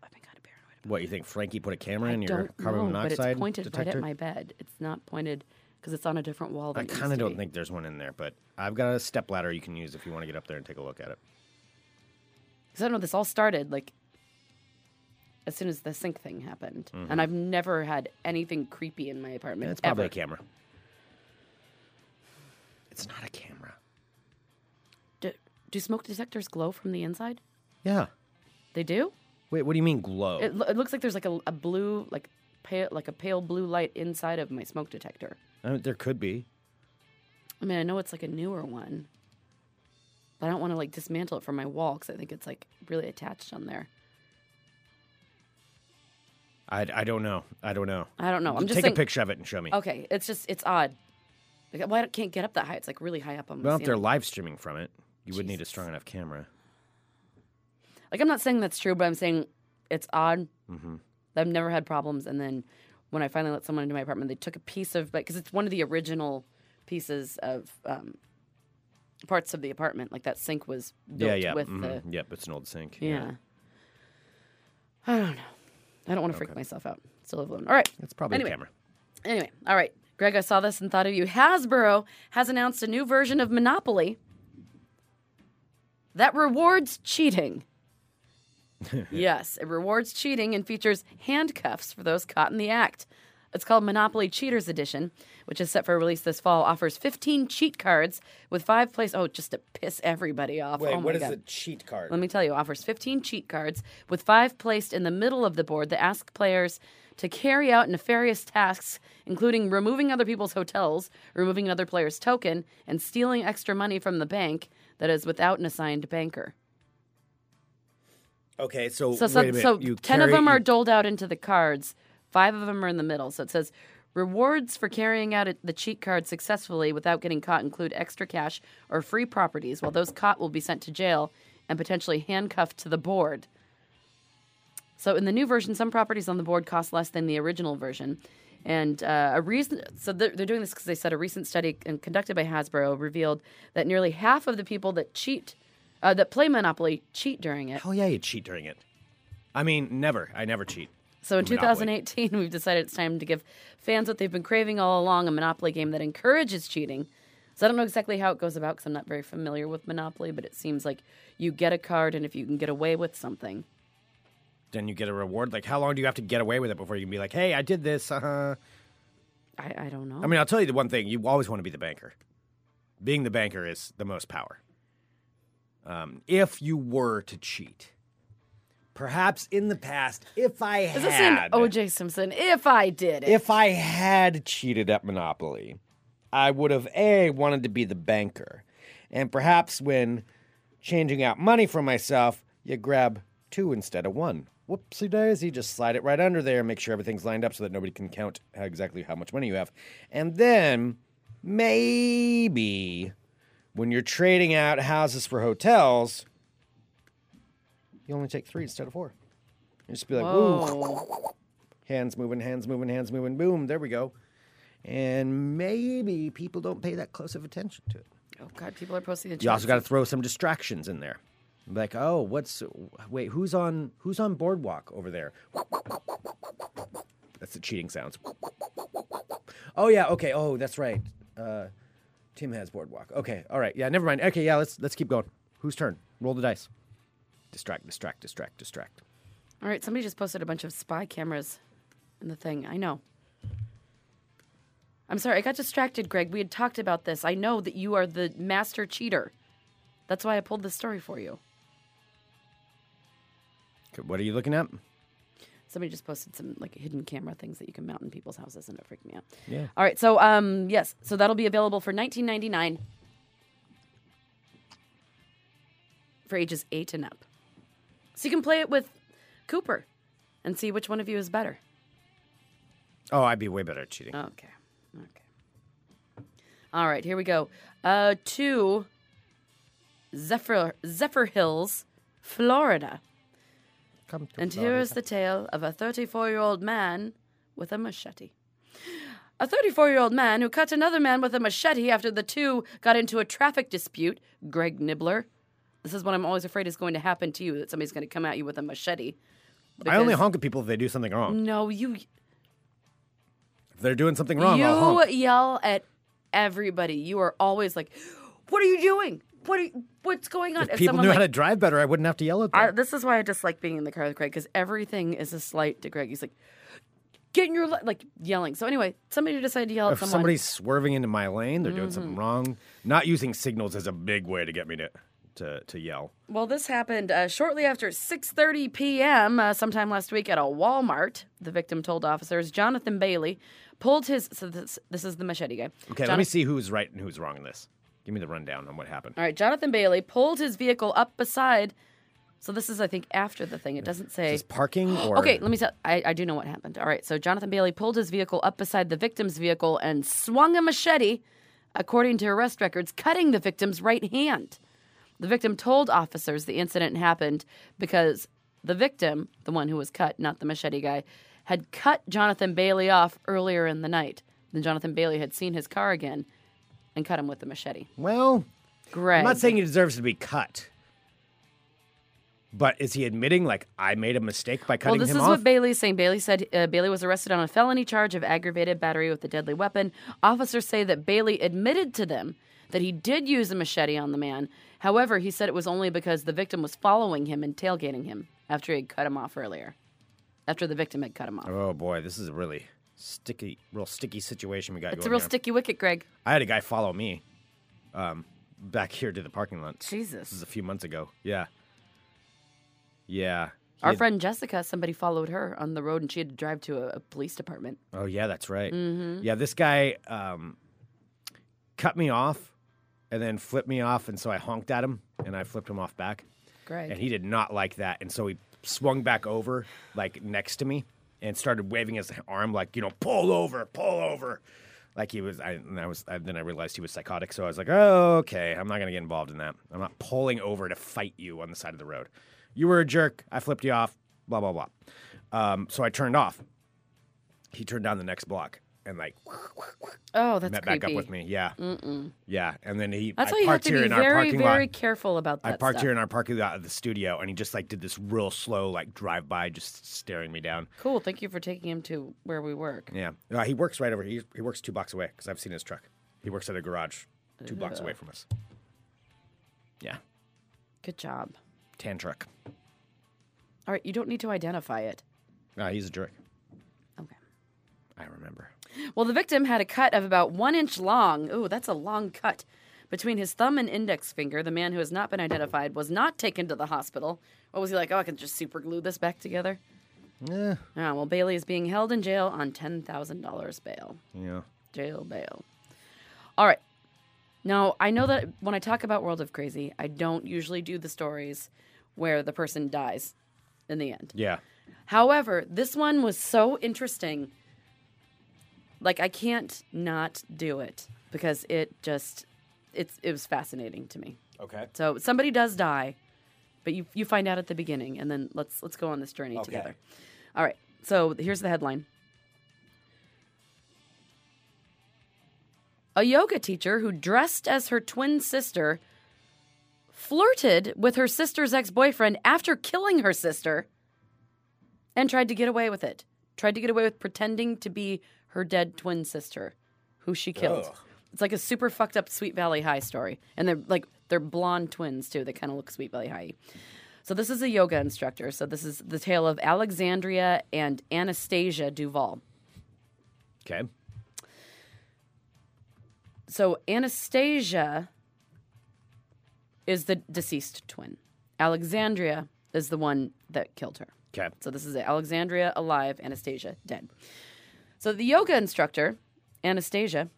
I've been kind of paranoid. about
What you think? Frankie put a camera
I
in your
don't
carbon
know,
monoxide
but it's pointed right
detector.
at my bed. It's not pointed because it's on a different wall. Than
I
it used
kind of
to
don't
be.
think there's one in there, but I've got a step ladder you can use if you want to get up there and take a look at it.
because I don't know this all started like as soon as the sink thing happened, and I've never had anything creepy in my apartment.
Mm-hmm. It's probably
ever.
a camera. It's not a camera.
Do, do smoke detectors glow from the inside?
Yeah.
They do.
Wait, what do you mean glow?
It, lo- it looks like there's like a, a blue, like pale, like a pale blue light inside of my smoke detector.
I mean, there could be.
I mean, I know it's like a newer one, but I don't want to like dismantle it from my wall because I think it's like really attached on there.
I, I don't know. I don't know.
I don't know. I'm just
take
saying, Oh,
a picture of it and show me.
Okay, it's just it's odd. Like, why I can't get up that high? It's like really high up on my
well, if they're
ceiling.
live streaming from it, you would need a
Jesus.
strong enough camera.
Like I'm not saying that's true, but I'm saying it's odd. I've never had problems, and then when I finally let someone into my apartment, they took a piece of because it's one of the original pieces of um, parts of the apartment. Like that sink was built
Mm-hmm. yeah, yeah.
with
mhm,
the
Yep, it's an old sink.
yeah. I don't know. I don't want to freak myself out. Still live alone. All right.
That's probably
Anyway.
the camera.
Anyway, all right. Greg, I saw this and thought of you. Hasbro has announced a new version of Monopoly that rewards cheating. yes, it rewards cheating and features handcuffs for those caught in the act. It's called Monopoly Cheaters Edition, which is set for release this fall. Offers 15 cheat cards with five plays. Oh, just to piss everybody off. oh my God.
cheat card?
Let me tell you, offers 15 cheat cards with five placed in the middle of the board that ask players to carry out nefarious tasks, including removing other people's hotels, removing another player's token, and stealing extra money from the bank that is without an assigned banker.
okay, so,
So, so, so 10 of them are doled out into the cards, five of them are in the middle. So it says rewards for carrying out it- the cheat card successfully without getting caught include extra cash or free properties, while those caught will be sent to jail and potentially handcuffed to the board. So in the new version, some properties on the board cost less than the original version. And uh, a reason, so they're, they're doing this because they said a recent study con- conducted by Hasbro revealed that nearly half of the people that cheat, uh, that play Monopoly, cheat during it.
Hell yeah, you cheat during it. I mean, never. I never cheat.
So in
Monopoly.
2018, we've decided it's time to give fans what they've been craving all along a Monopoly game that encourages cheating. So I don't know exactly how it goes about because I'm not very familiar with Monopoly, but it seems like you get a card, and if you can get away with something,
Then you get a reward. Like, how long do you have to get away with it before you can be like, hey, I did this? Uh huh.
I, I don't know.
I mean, I'll tell you the one thing: you always want to be the banker. Being the banker is the most power. Um, if you were to cheat, perhaps in the past, if I
is
had,
this an OJ Simpson? If I did it,
if I had cheated at Monopoly, I would have a wanted to be the banker, and perhaps when changing out money for myself, you grab two instead of one. Whoopsie daisy, just slide it right under there and make sure everything's lined up so that nobody can count how- exactly how much money you have. And then maybe when you're trading out houses for hotels, you only take three instead of four. You just be like, ooh,
Whoa.
hands moving, hands moving, hands moving, boom, there we go. And maybe people don't pay that close of attention to it.
oh god, people are posting the.
You also
chats.
got to throw some distractions in there. Like, oh, what's wait, who's on who's on boardwalk over there? That's the cheating sounds. Oh yeah, okay. Oh, that's right. Uh, Tim has boardwalk. Okay, all right. Yeah, never mind. Okay, yeah, let's let's keep going. Whose turn? Roll the dice. Distract, distract, distract, distract.
All right, somebody just posted a bunch of spy cameras in the thing. I know. I'm sorry, I got distracted, Greg. We had talked about this. I know that you are the master cheater. That's why I pulled this story for you.
Okay, what are you looking at?
Somebody just posted some like hidden camera things that you can mount in people's houses, and it freaked me out.
Yeah.
All right, so um, yes, so that'll be available for 19.99 for ages eight and up. E So you can play it with Cooper and see which one of you is better.
Oh, I'd be way better at cheating.
Okay. Okay. All right, here we go. Uh, to Zephyr, Zephyr Hills, Florida.
Come to
And here is the tale of a 34 year old man with a machete. A 34 year old man who cut another man with a machete after the two got into a traffic dispute, Greg Nibbler. This is what I'm always afraid is going to happen to you that somebody's going to come at you with a machete.
I only
Because-
honk at people if they do something wrong.
No, you
If they're doing something wrong, I'll
you
honk.
yell at everybody. You are always like, "What are you doing? What are you, what's going on?"
If people knew how to
like,
drive better, I wouldn't have to yell at them.
I, this is why I dislike being in the car with Greg because everything is a slight to Greg. He's like, "Get in your li-, like yelling." So anyway, somebody decided to yell at
if
someone. Mm-hmm.
somebody's swerving into my lane, they're doing something wrong. Not using signals is a big way to get me to to, to yell.
Well, this happened uh, shortly after 6:30 p.m. Uh, sometime last week at a Walmart. The victim told officers Jonathan Bailey pulled his. So this, this is the machete guy.
Okay, let me see who's right and who's wrong in this. Give me the rundown on what happened.
All right, Jonathan Bailey pulled his vehicle up beside. So this is, I think, after the thing. It doesn't say.
Is parking or
Okay, let me tell. I, I do know what happened. All right, so Jonathan Bailey pulled his vehicle up beside the victim's vehicle and swung a machete, according to arrest records, cutting the victim's right hand. The victim told officers the incident happened because the victim, the one who was cut, not the machete guy, had cut Jonathan Bailey off earlier in the night. Then Jonathan Bailey had seen his car again and cut him with the machete.
well,
Greg.
I'm not saying he deserves to be cut. But is he admitting like I made a mistake by cutting
well, this
him
is
off?
what Bailey's saying. Bailey said uh, Bailey was arrested on a felony charge of aggravated battery with a deadly weapon. Officers say that Bailey admitted to them that he did use a machete on the man. However, he said it was only because the victim was following him and tailgating him after he had cut him off earlier. After the victim had cut him off.
oh boy, this is a really sticky, real sticky situation we got.
It's a
going
real
here.
sticky wicket, Greg.
I had a guy follow me, um, back here to the parking lot.
Jesus.
This is a few months ago. Yeah. Yeah. He
Our
had-
friend Jessica, somebody followed her on the road and she had to drive to a, a police department.
Oh yeah, that's right. Yeah, this guy um, cut me off and then flipped me off, and so I honked at him and I flipped him off back,
Greg.
and he did not like that, and so he swung back over like next to me and started waving his arm like you know pull over, pull over. Like he was, I, and I was. I, then I realized he was psychotic, so I was like, "Oh, okay, I'm not gonna get involved in that. I'm not pulling over to fight you on the side of the road. You were a jerk. I flipped you off. Blah blah blah." Um, so I turned off, he turned down the next block and like
oh, that's
met
creepy.
back up with me. Yeah, yeah. And then he
That's
I
why you have
parked
to
here
be
in our
very,
parking
very
lot.
careful about that
I parked
stuff.
here in our parking lot of the studio, and he just like did this real slow like drive by, just staring me down.
Cool. Thank you for taking him to where we work.
Yeah, Uh, he works right over. He he works two blocks away because I've seen his truck. He works at a garage two blocks away from us. Yeah,
Good job.
tan truck.
All right, you don't need to identify it.
Uh, he's a jerk.
Okay.
I remember.
Well, the victim had a cut of about one inch long. Ooh, that's a long cut. Between his thumb and index finger, the man who has not been identified was not taken to the hospital. What was he like? Oh, I can just super glue this back together.
Yeah,
Ah, well, Bailey is being held in jail on $10,000 bail.
yeah.
Jail bail. All right. Now, I know that when I talk about World of Crazy, I don't usually do the stories where the person dies in the end.
Yeah.
However, this one was so interesting. Like I can't not do it because it just it's it was fascinating to me.
Okay.
So somebody does die, but you you find out at the beginning and then let's let's go on this journey together. All right. So here's the headline. A yoga teacher who dressed as her twin sister flirted with her sister's ex-boyfriend after killing her sister and tried to get away with it. Tried to get away with pretending to be her dead twin sister, who she killed.
Ugh.
It's like a super fucked up Sweet Valley High story, and they're like they're blonde twins too. They kind of look Sweet Valley High. So this is a yoga instructor. So this is the tale of Alexandria and Anastasia Duval.
Okay.
So Anastasia is the deceased twin. Alexandria is the one that killed her.
Okay.
So this is it. Alexandria alive, Anastasia dead. So the yoga instructor, Anastasia,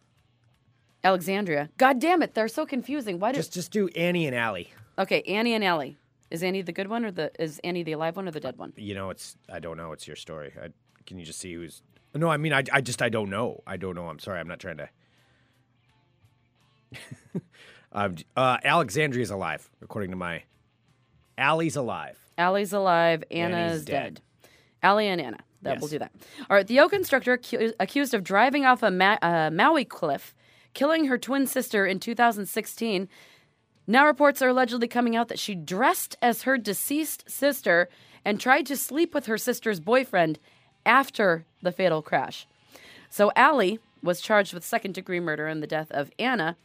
Alexandria. God damn it, they're so confusing. Why did
Just just do Annie and Allie.
Okay, Annie and Ellie. Is Annie the good one or the is Annie the alive one or the dead one?
you know it's i don't know it's your story I, can you just see who's no i mean I, I just i don't know i don't know i'm sorry i'm not trying to um, uh, alexandria's alive according to my Allie's alive
Allie's alive, Anna's
Annie's dead.
Allie and Anna. That will
Yes.
do that. All right, the yoga instructor accu- accused of driving off a Ma- uh, Maui cliff, killing her twin sister in 2016. Now reports are allegedly coming out that she dressed as her deceased sister and tried to sleep with her sister's boyfriend after the fatal crash. So Allie was charged with second degree murder in the death of Anna.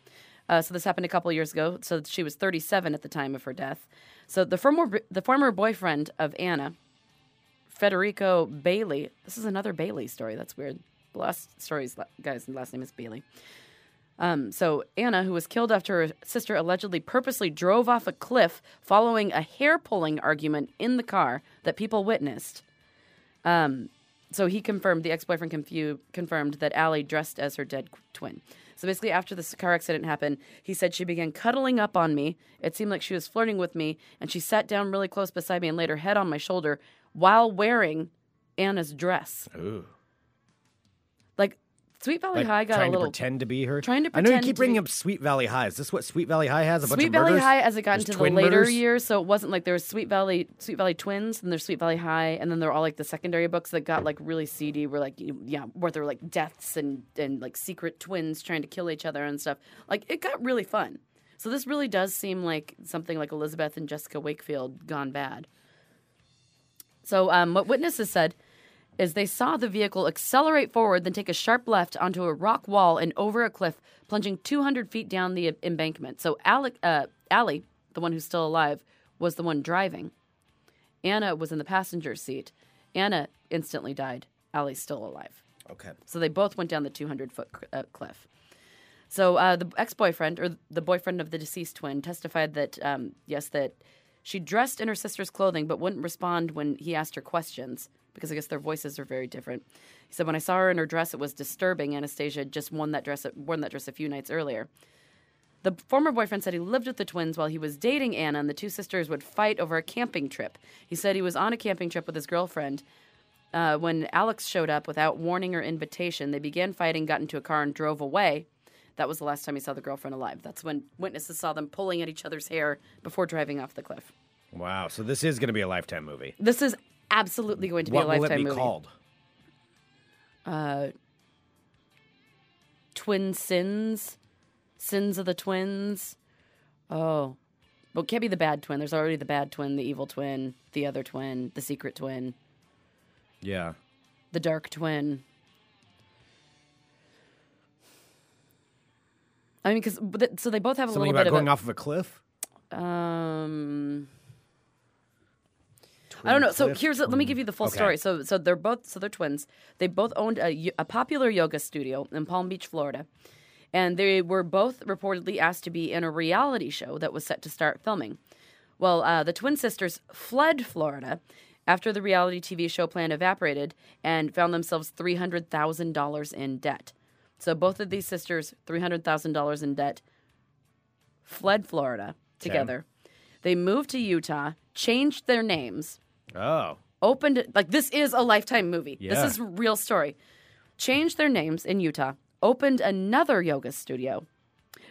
Uh, so this happened a couple years ago. So she was 37 at the time of her death. So the former the former boyfriend of Anna, Federico Bailey. This is another Bailey story. That's weird. The last story's la- guys last name is Bailey. Um, so Anna, who was killed after her sister allegedly purposely drove off a cliff following a hair pulling argument in the car that people witnessed. Um, So he confirmed the ex-boyfriend confu- confirmed that Allie dressed as her dead qu- twin. So basically, after this car accident happened, he said she began cuddling up on me. It seemed like she was flirting with me, and she sat down really close beside me and laid her head on my shoulder while wearing Anna's dress.
Ooh.
Like Sweet Valley
Like,
High got
trying
a little
to pretend to be her
trying to
i know you
pretend
keep
to
bringing
be-
up sweet valley high is this what sweet valley high has a bunch
Sweet
of
Valley
murders?
High as it got
There's
into the
twin
later
murders?
years, so it wasn't like there was Sweet Valley, Sweet Valley Twins, and there's Sweet Valley High, and then there were all like the secondary books that got like really seedy, were like you- yeah, where there were like deaths and and like secret twins trying to kill each other and stuff. Like it got really fun. So this really does seem like something like Elizabeth and Jessica Wakefield gone bad. So, um, what witnesses said is they saw the vehicle accelerate forward, then take a sharp left onto a rock wall and over a cliff, plunging 200 feet down the embankment. So, Alec, uh, Allie, the one who's still alive, was the one driving. Anna was in the passenger seat. Anna instantly died. Allie's still alive.
Okay.
So they both went down the 200 foot cl- uh, cliff. So uh, the ex boyfriend or the boyfriend of the deceased twin testified that, um, yes, that she dressed in her sister's clothing but wouldn't respond when he asked her questions because I guess their voices are very different. He said, When I saw her in her dress, it was disturbing. Anastasia had just worn that dress, worn that dress a few nights earlier. The former boyfriend said he lived with the twins while he was dating Anna, and the two sisters would fight over a camping trip. He said he was on a camping trip with his girlfriend. Uh, when Alex showed up without warning or invitation, they began fighting, got into a car, and drove away. That was the last time he saw the girlfriend alive. That's when witnesses saw them pulling at each other's hair before driving off the cliff.
Wow. So this is going to be a lifetime movie.
This is absolutely going to
what
be a
will it
lifetime
be
movie.
called?
Twin sins, sins of the twins. Oh, well, it can't be the bad twin. There's already the bad twin, the evil twin, the other twin, the secret twin,
Yeah.
the dark twin. I mean, because so they both have a
Something
little
about
bit
going
of
off of a cliff.
a, um. I don't know. So
Cliff?
here's let me give you the full
Okay.
story. So so they're both so they're twins. They both owned a, y- a popular yoga studio in Palm Beach, Florida, and they were both reportedly asked to be in a reality show that was set to start filming. Well, uh, the twin sisters fled Florida after the reality TV show plan evaporated and found themselves three hundred thousand dollars in debt. So both of these sisters, three hundred thousand dollars in debt, fled Florida together. They moved to Utah, changed their names
Oh.
opened like this is a lifetime movie.
Yeah.
This is real story. Changed their names in Utah, opened another yoga studio,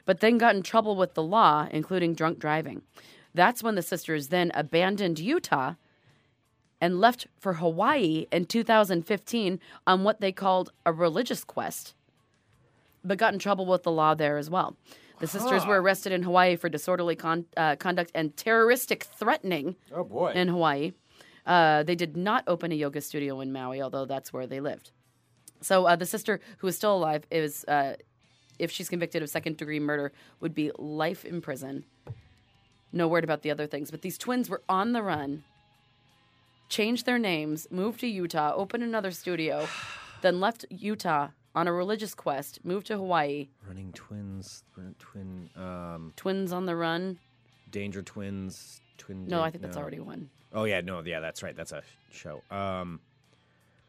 but then got in trouble with the law, including drunk driving. That's when the sisters then abandoned Utah and left for Hawaii in 2015 on what they called a religious quest, but got in trouble with the law there as well. The sisters were arrested in Hawaii for disorderly con- uh, conduct and terroristic threatening
Oh boy.
in Hawaii. Uh, they did not open a yoga studio in Maui, although that's where they lived. So uh, the sister who is still alive is, uh, if she's convicted of second degree murder, would be life in prison. No word about the other things, but these twins were on the run, changed their names, moved to Utah, opened another studio, then left Utah on a religious quest, moved to Hawaii.
Running twins. Run- Twin. Um.
Twins on the run.
Danger twins. Twin.
No,
Dan-
I think that's already one.
Oh yeah, no, yeah, that's right. That's a show. Um,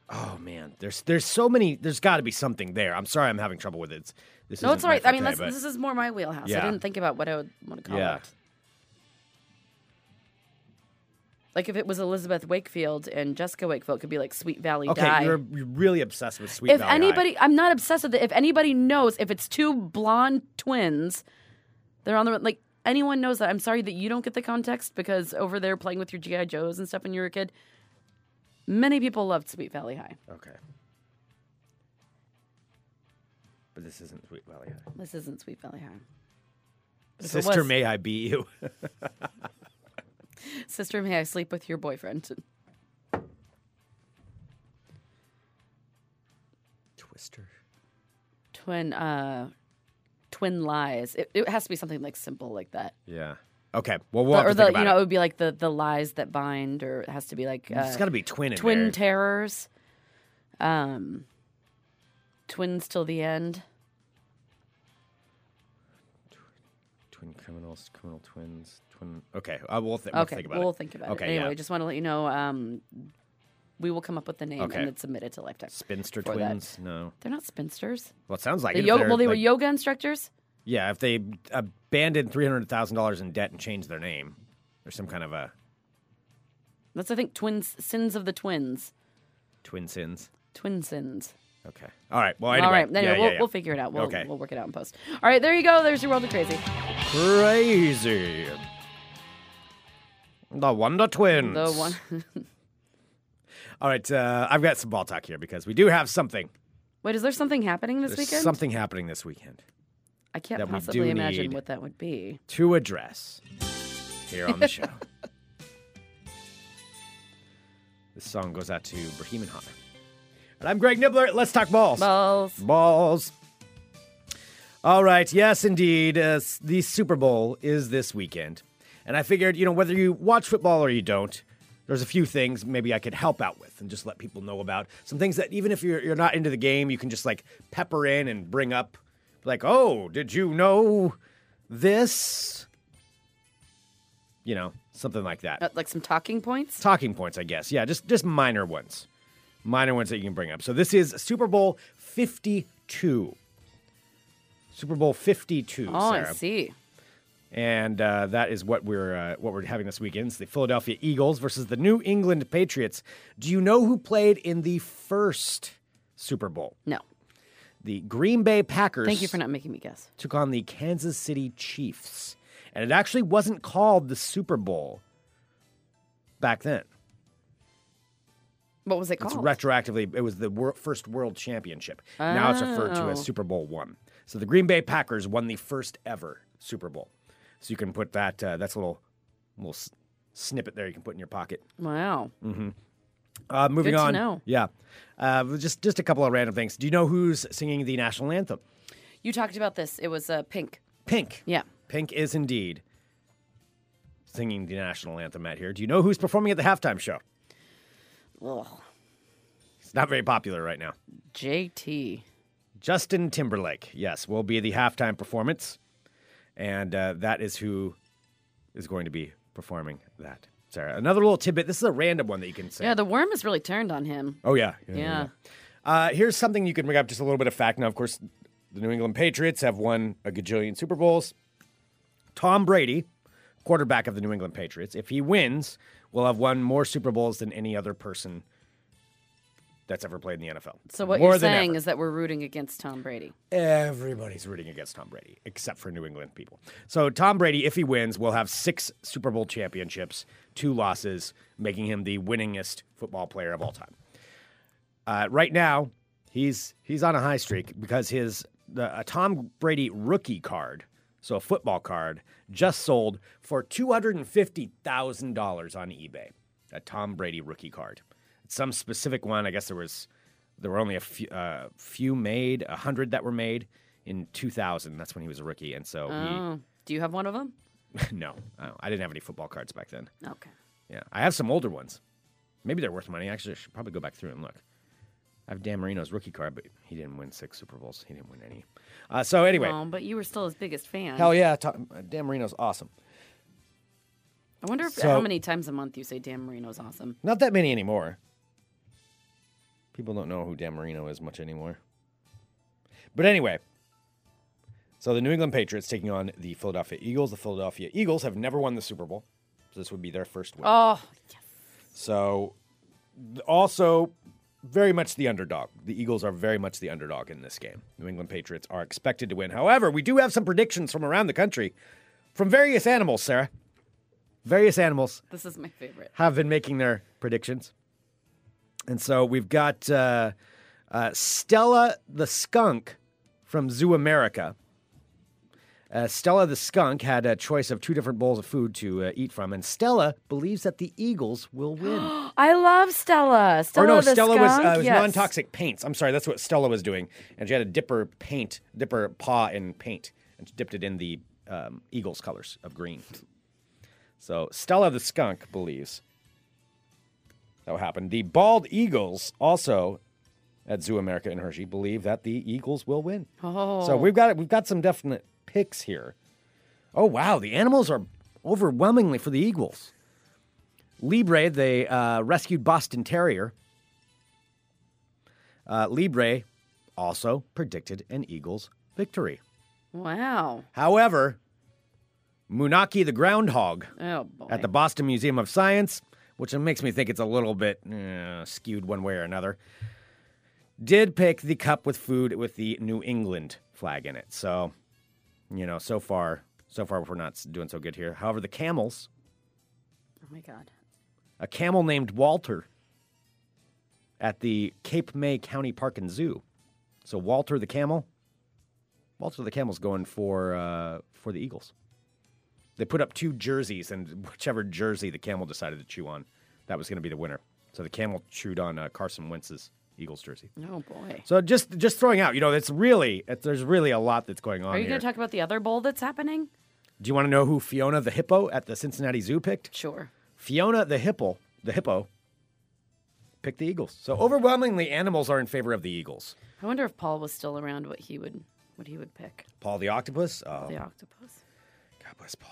oh man, there's there's so many. There's got to be something there. I'm sorry, I'm having trouble with it. It's- This
No,
isn't
it's
my
all right. I mean,
forte,
that's,
but-
this is more my wheelhouse.
Yeah.
I didn't think about what I would want to call
Yeah.
it. Like if it was Elizabeth Wakefield and Jessica Wakefield, it could be like Sweet Valley
okay.
Die.
You're, you're really obsessed with Sweet
if
Valley High.
anybody, I'm not obsessed with it. If anybody knows, if it's two blonde twins, they're on the like anyone knows that. I'm sorry that you don't get the context because over there playing with your GI Joes and stuff when you were a kid, many people loved Sweet Valley High.
okay, but this isn't Sweet Valley High.
This isn't Sweet Valley High. If it
Sister,
was-
may I be you?
Sister, may I sleep with your boyfriend?
Twister.
Twin, uh, twin lies. It, it has to be something like simple like that.
Yeah. Okay. Well, we'll have
or
to think
the
about
you know it.
it.
would be like the the lies that bind, or it has to be like
it's
uh,
got to be twin. In
twin
there.
terrors, um, twins till the end.
twin criminals, criminal twins, twin. Okay. I will th-
Okay,
we'll think about
we'll
it.
think about
Okay,
it. Anyway,
yeah.
just want to let you know, um, we will come up with the name
Okay.
and then submit it to Lifetime.
Spinster
for that.
twins. No.
They're not spinsters.
Well, it sounds like
The
it.
yoga,
They're,
well, they were
like-
yoga instructors.
Yeah, if they abandoned three hundred thousand dollars in debt and changed their name, there's some kind of a
That's I think twins sins of the twins,
twin sins.
twin sins.
Okay. All right. Well, anyway.
All right,
Yeah,
anyway,
yeah,
we'll,
yeah.
we'll figure it out. We'll,
Okay.
we'll work it out in post. All right, there you go. There's your world of crazy.
Crazy. The Wonder Twins.
The one.
All right. Uh, I've got some ball talk here because we do have something.
Wait, is there something happening this
There's
weekend?
something happening this weekend
I can't
that we do
possibly imagine
need.
what that would be.
to address here on the show. This song goes out to Bohemian Hot. And I'm Greg Nibbler. Let's talk balls.
Balls.
Balls. All right. Yes, indeed. Uh, s- the Super Bowl is this weekend. And I figured, you know, whether you watch football or you don't, there's a few things maybe I could help out with and just let people know about. Some things that even if you're, you're not into the game, you can just like pepper in and bring up. Like, oh, did you know this? You know, something like that
Uh, Like some talking points.
talking points, I guess. Yeah, just just minor ones, minor ones that you can bring up. So this is Super Bowl Fifty Two. Super Bowl Fifty Two.
Oh, I
Sarah.
see.
And uh, that is what we're uh, what we're having this weekend. It's the Philadelphia Eagles versus the New England Patriots. Do you know who played in the first Super Bowl?
No.
The Green Bay Packers.
Thank you for not making me guess.
Took on the Kansas City Chiefs, and it actually wasn't called the Super Bowl back then.
What was it
It's
called?
retroactively. It was the wor- first World Championship. Now it's referred to as
Oh.
Super Bowl One. So the Green Bay Packers won the first ever Super Bowl. So you can put that. Uh, that's a little little s- snippet there. You can put in your pocket.
wow.
Uh, moving
Good to
on.
know.
Yeah, uh, just just a couple of random things. Do you know who's singing the national anthem?
You talked about this. It was uh, pink.
Pink.
Yeah.
Pink is indeed singing the national anthem out here. Do you know who's performing at the halftime show?
Ugh.
It's not very popular right now.
JT.
Justin Timberlake, yes, will be the halftime performance. And uh, that is who is going to be performing that. Sarah, another little tidbit. This is a random one that you can say.
Yeah, the worm has really turned on him.
oh, yeah. Yeah.
Yeah.
Uh, here's something you can bring up just a little bit of fact. Now, of course, the New England Patriots have won a gajillion Super Bowls. Tom Brady, quarterback of the New England Patriots, if he wins, will have won more Super Bowls than any other person that's ever played in the NFL.
So what
more
you're
than
saying
ever.
is that we're rooting against Tom Brady.
Everybody's rooting against Tom Brady, except for New England people. So Tom Brady, if he wins, will have six Super Bowl championships, two losses, making him the winningest football player of all time. Uh, right now, he's he's on a high streak because his the, a Tom Brady rookie card, so a football card, just sold for two hundred and fifty thousand dollars on eBay. A Tom Brady rookie card, some specific one. I guess there was there were only a few, uh, few made, a hundred that were made in two thousand. That's when he was a rookie, and so
Oh, do you have one of them?
he, no, I don't- I didn't have any football cards back then.
Okay.
Yeah, I have some older ones. Maybe they're worth money. Actually, I should probably go back through and look. I have Dan Marino's rookie card, but he didn't win six Super Bowls. He didn't win any. Uh, so anyway,
Oh, but you were still his biggest fan.
hell yeah, Tom, uh, Dan Marino's awesome.
I wonder if,
So-
how many times a month you say Dan Marino's awesome.
Not that many anymore. People don't know who Dan Marino is much anymore. But anyway, so the New England Patriots taking on the Philadelphia Eagles. The Philadelphia Eagles have never won the Super Bowl, so this would be their first win.
Oh, yes.
So, th- also very much the underdog. The Eagles are very much the underdog in this game. New England Patriots are expected to win. However, we do have some predictions from around the country from various animals, Sarah. Various animals
this is my favorite.
have been making their predictions. And so we've got uh, uh, Stella the Skunk from Zoo America. Uh, Stella the Skunk had a choice of two different bowls of food to uh, eat from, and Stella believes that the Eagles will win.
I love Stella.
or
Stella
no,
the
Stella was,
skunk,
uh, was
yes.
non-toxic paints. I'm sorry, that's what Stella was doing, and she had a dipper paint, dipper paw in paint, and she dipped it in the um, eagle's colors of green. So Stella the skunk believes that will happen. The bald eagles also at Zoo America in Hershey believe that the Eagles will win.
Oh.
So we've got we've got some definite picks here. Oh wow, the animals are overwhelmingly for the Eagles. Libre, they uh, rescued Boston Terrier. Uh, Libre also predicted an Eagles victory.
Wow.
However, Munaki the groundhog
Oh boy.
at the Boston Museum of Science, which makes me think it's a little bit eh, skewed one way or another. Did pick the cup with food with the New England flag in it. So, you know, so far, so far we're not doing so good here. However, the camels,
oh my god.
a camel named Walter at the Cape May County Park and Zoo. So Walter the camel, Walter the camel's going for uh, for the Eagles. They put up two jerseys, and whichever jersey the camel decided to chew on, that was going to be the winner. So the camel chewed on uh, Carson Wentz's Eagles jersey.
Oh boy.
So just just throwing out, you know, that's really it- there's really a lot that's going on
Are you
here.
going to talk about the other bowl that's happening?
Do you want to know who Fiona the hippo at the Cincinnati Zoo picked?
Sure.
Fiona the hippo, the hippo, picked the Eagles. So overwhelmingly, animals are in favor of the Eagles.
I wonder if Paul was still around, what he would what he would pick.
Paul the octopus. Oh,
The octopus.
God bless Paul.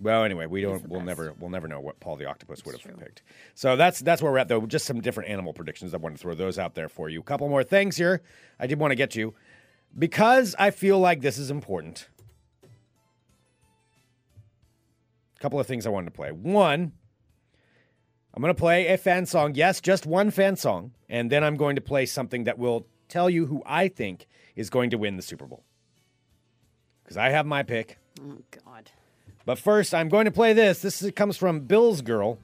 Well, anyway, we don't.
the
We'll
best.
never. We'll never know what Paul the Octopus would have
It's true.
picked. So that's that's where we're at, though. Just some different animal predictions. I want to throw those out there for you. A couple more things here. I did want to get you because I feel like this is important. A couple of things I wanted to play. One, I'm going to play a fan song. Yes, just one fan song, and then I'm going to play something that will tell you who I think is going to win the Super Bowl. Because I have my pick.
Oh God.
But first, I'm going to play this. This is- comes from Bill's Girl.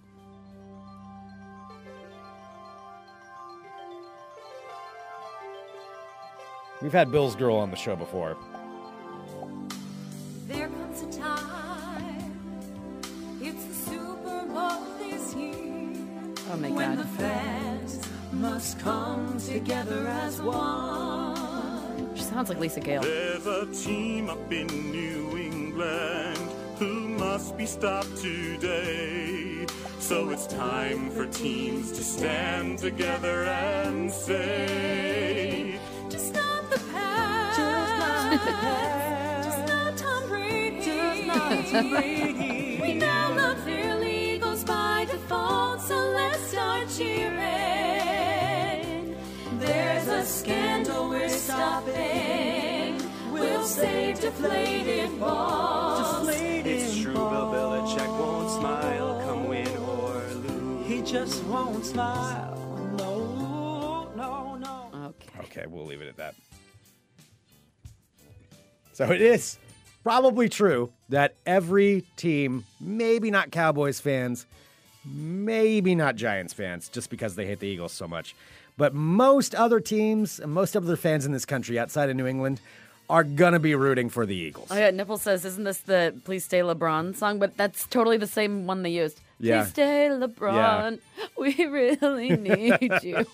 We've had Bill's Girl on the show before.
There comes a time. It's the Super Bowl this year.
Oh my
When
God.
the fans must come together as one.
She sounds like Lisa Gale.
There's a team up in New England who must be stopped today. So it's time for teams to stand together and say,
To stop the past. To stop Tom Brady. we now love their legals by default, so let's start cheering. There's a scandal we're stopping. We'll save deflated balls.
It's true, Bill Belichick won't smile, come win or lose. He just won't smile. No, no, no.
Okay.
Okay, we'll leave it at that. So it is probably true that every team, maybe not Cowboys fans, maybe not Giants fans, just because they hate the Eagles so much, but most other teams, and most other fans in this country outside of New England, are gonna be rooting for the Eagles.
Oh yeah, Nipple says, "Isn't this the Please Stay LeBron song?" But that's totally the same one they used.
Yeah.
Please stay LeBron. We really need you.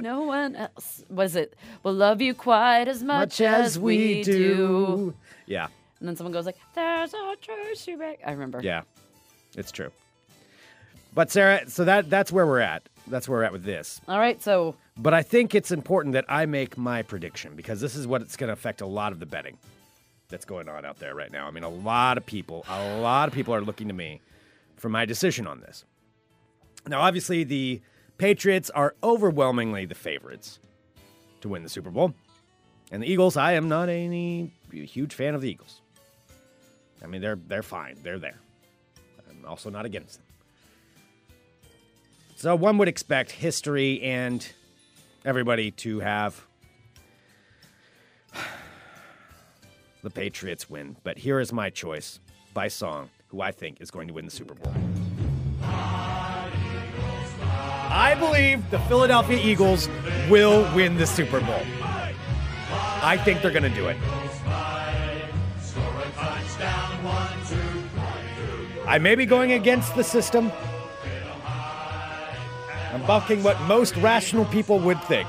no one else was it will love you quite as much, as, we do.
Yeah,
And then someone goes like, "There's a jersey back." I remember.
yeah, it's true. But Sarah, so that that's where we're at. That's where we're at with this.
All right, so
But I think it's important that I make my prediction because this is what's going to affect a lot of the betting that's going on out there right now. I mean, a lot of people, a lot of people are looking to me for my decision on this. Now, obviously, the Patriots are overwhelmingly the favorites to win the Super Bowl. And the Eagles, I am not any huge fan of the Eagles. I mean, they're they're fine. They're there. I'm also not against them. So one would expect history and everybody to have the Patriots win. But here is my choice by song who I think is going to win the Super Bowl. I believe the Philadelphia Eagles will win the Super Bowl. I think they're going to do it. I may be going against the system. I'm bucking what most rational people would think.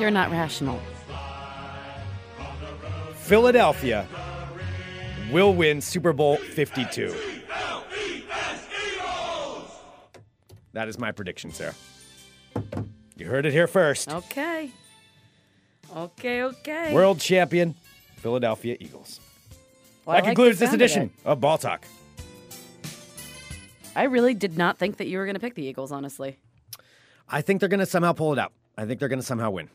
you're not rational.
Philadelphia will win Super Bowl 52. That is my prediction, Sarah. You heard it here first.
Okay. Okay. Okay.
World champion, Philadelphia Eagles.
Well, I
that
like the
concludes this
sound of
edition of Ball Talk.
it. I really did not think that you were going to pick the Eagles. Honestly,
I think they're going to somehow pull it out. I think they're going to somehow win.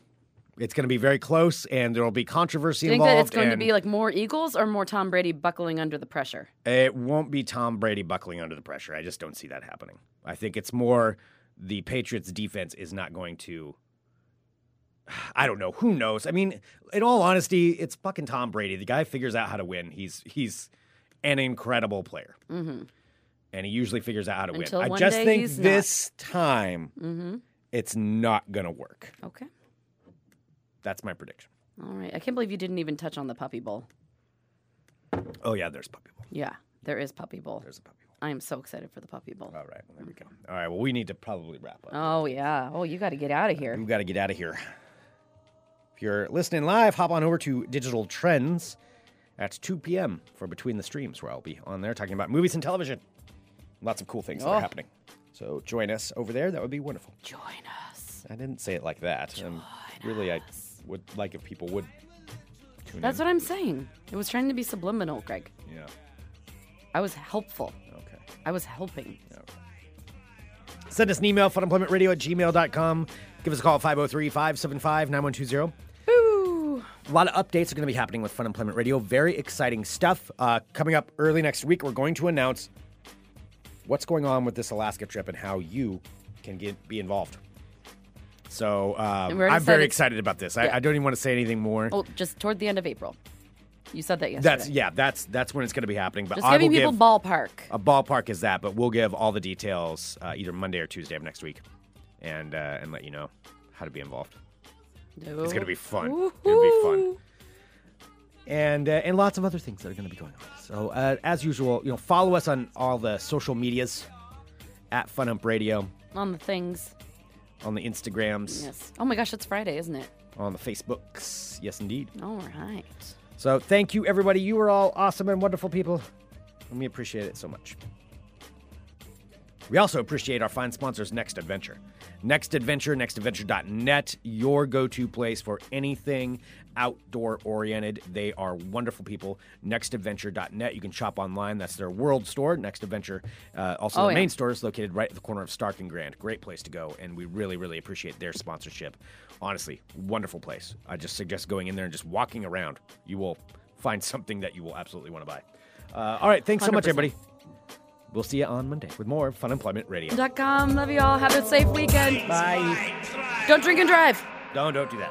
It's going to be very close, and there will be controversy
do you think
involved.
that it's going to
and
be like more Eagles or more Tom Brady buckling under the pressure?
It won't be Tom Brady buckling under the pressure. I just don't see that happening. I think it's more the Patriots defense is not going to I don't know. Who knows? I mean, in all honesty, it's fucking Tom Brady. The guy figures out how to win. He's he's an incredible player. Mm-hmm. And he usually figures out how to
Until
win. I
one
just
day
think
he's not. Mm-hmm.
this time it's not gonna work.
Okay.
That's my prediction.
All right. I can't believe you didn't even touch on the puppy bowl.
Oh yeah, there's puppy bowl.
Yeah, there is puppy bowl.
There's a puppy bowl.
I am so excited for the Puppy Bowl.
All right, well, there we go. All right, well, we need to probably wrap up.
Oh yeah. Oh, you got to get out of here.
We've got to get out of here. If you're listening live, hop on over to Digital Trends at 2 p.m. for Between the Streams, where I'll be on there talking about movies and television. Lots of cool things that
Oh.
are happening. So join us over there. That would be wonderful.
Join us.
I didn't say it like that. Um, really, I would like if people would tune
That's
in.
what I'm saying. It was trying to be subliminal, Greg.
yeah.
I was helpful.
Okay.
I was helping.
Send us an email, funemploymentradio at gmail.com. Give us a call at 503 575 9120. A lot of updates are going to be happening with Fun Employment Radio. Very exciting stuff. Uh, coming up early next week, we're going to announce what's going on with this Alaska trip and how you can get be involved. So um,
And we're already
I'm very
excited-
excited about this. I,
Yeah.
I don't even want to say anything more.
Oh, just toward the end of April. You said that yesterday.
that's yeah. That's that's when it's going to be happening. But
Just
I will
giving people
give
ballpark.
a ballpark is that, but we'll give all the details uh, either Monday or Tuesday of next week, and uh, and let you know how to be involved. It's gonna be fun. It's gonna be fun. And uh, and lots of other things that are going to be going on. So uh, as usual, you know, follow us on all the social medias at Fun Hump Radio
on the things.
on the Instagrams,
Yes. Oh my gosh, it's Friday, isn't it?
on the Facebooks. Yes, indeed.
All right.
So thank you, everybody. You are all awesome and wonderful people, and we appreciate it so much. We also appreciate our fine sponsors, Next Adventure. Next Adventure, nextadventure.net, your go to place for anything outdoor oriented. They are wonderful people. Nextadventure.net. You can shop online. That's their world store. Next Adventure, uh, also
Oh,
their
yeah.
main store, is located right at the corner of Stark and Grand. Great place to go. And we really, really appreciate their sponsorship. Honestly, wonderful place. I just suggest going in there and just walking around. You will find something that you will absolutely want to buy. Uh, all right. Thanks so much,
100%.
everybody. We'll see you on Monday with more Fun Employment Radio.
Dot com. Love you all. Have a safe weekend.
Bye.
Don't drink and drive.
Don't don't do that.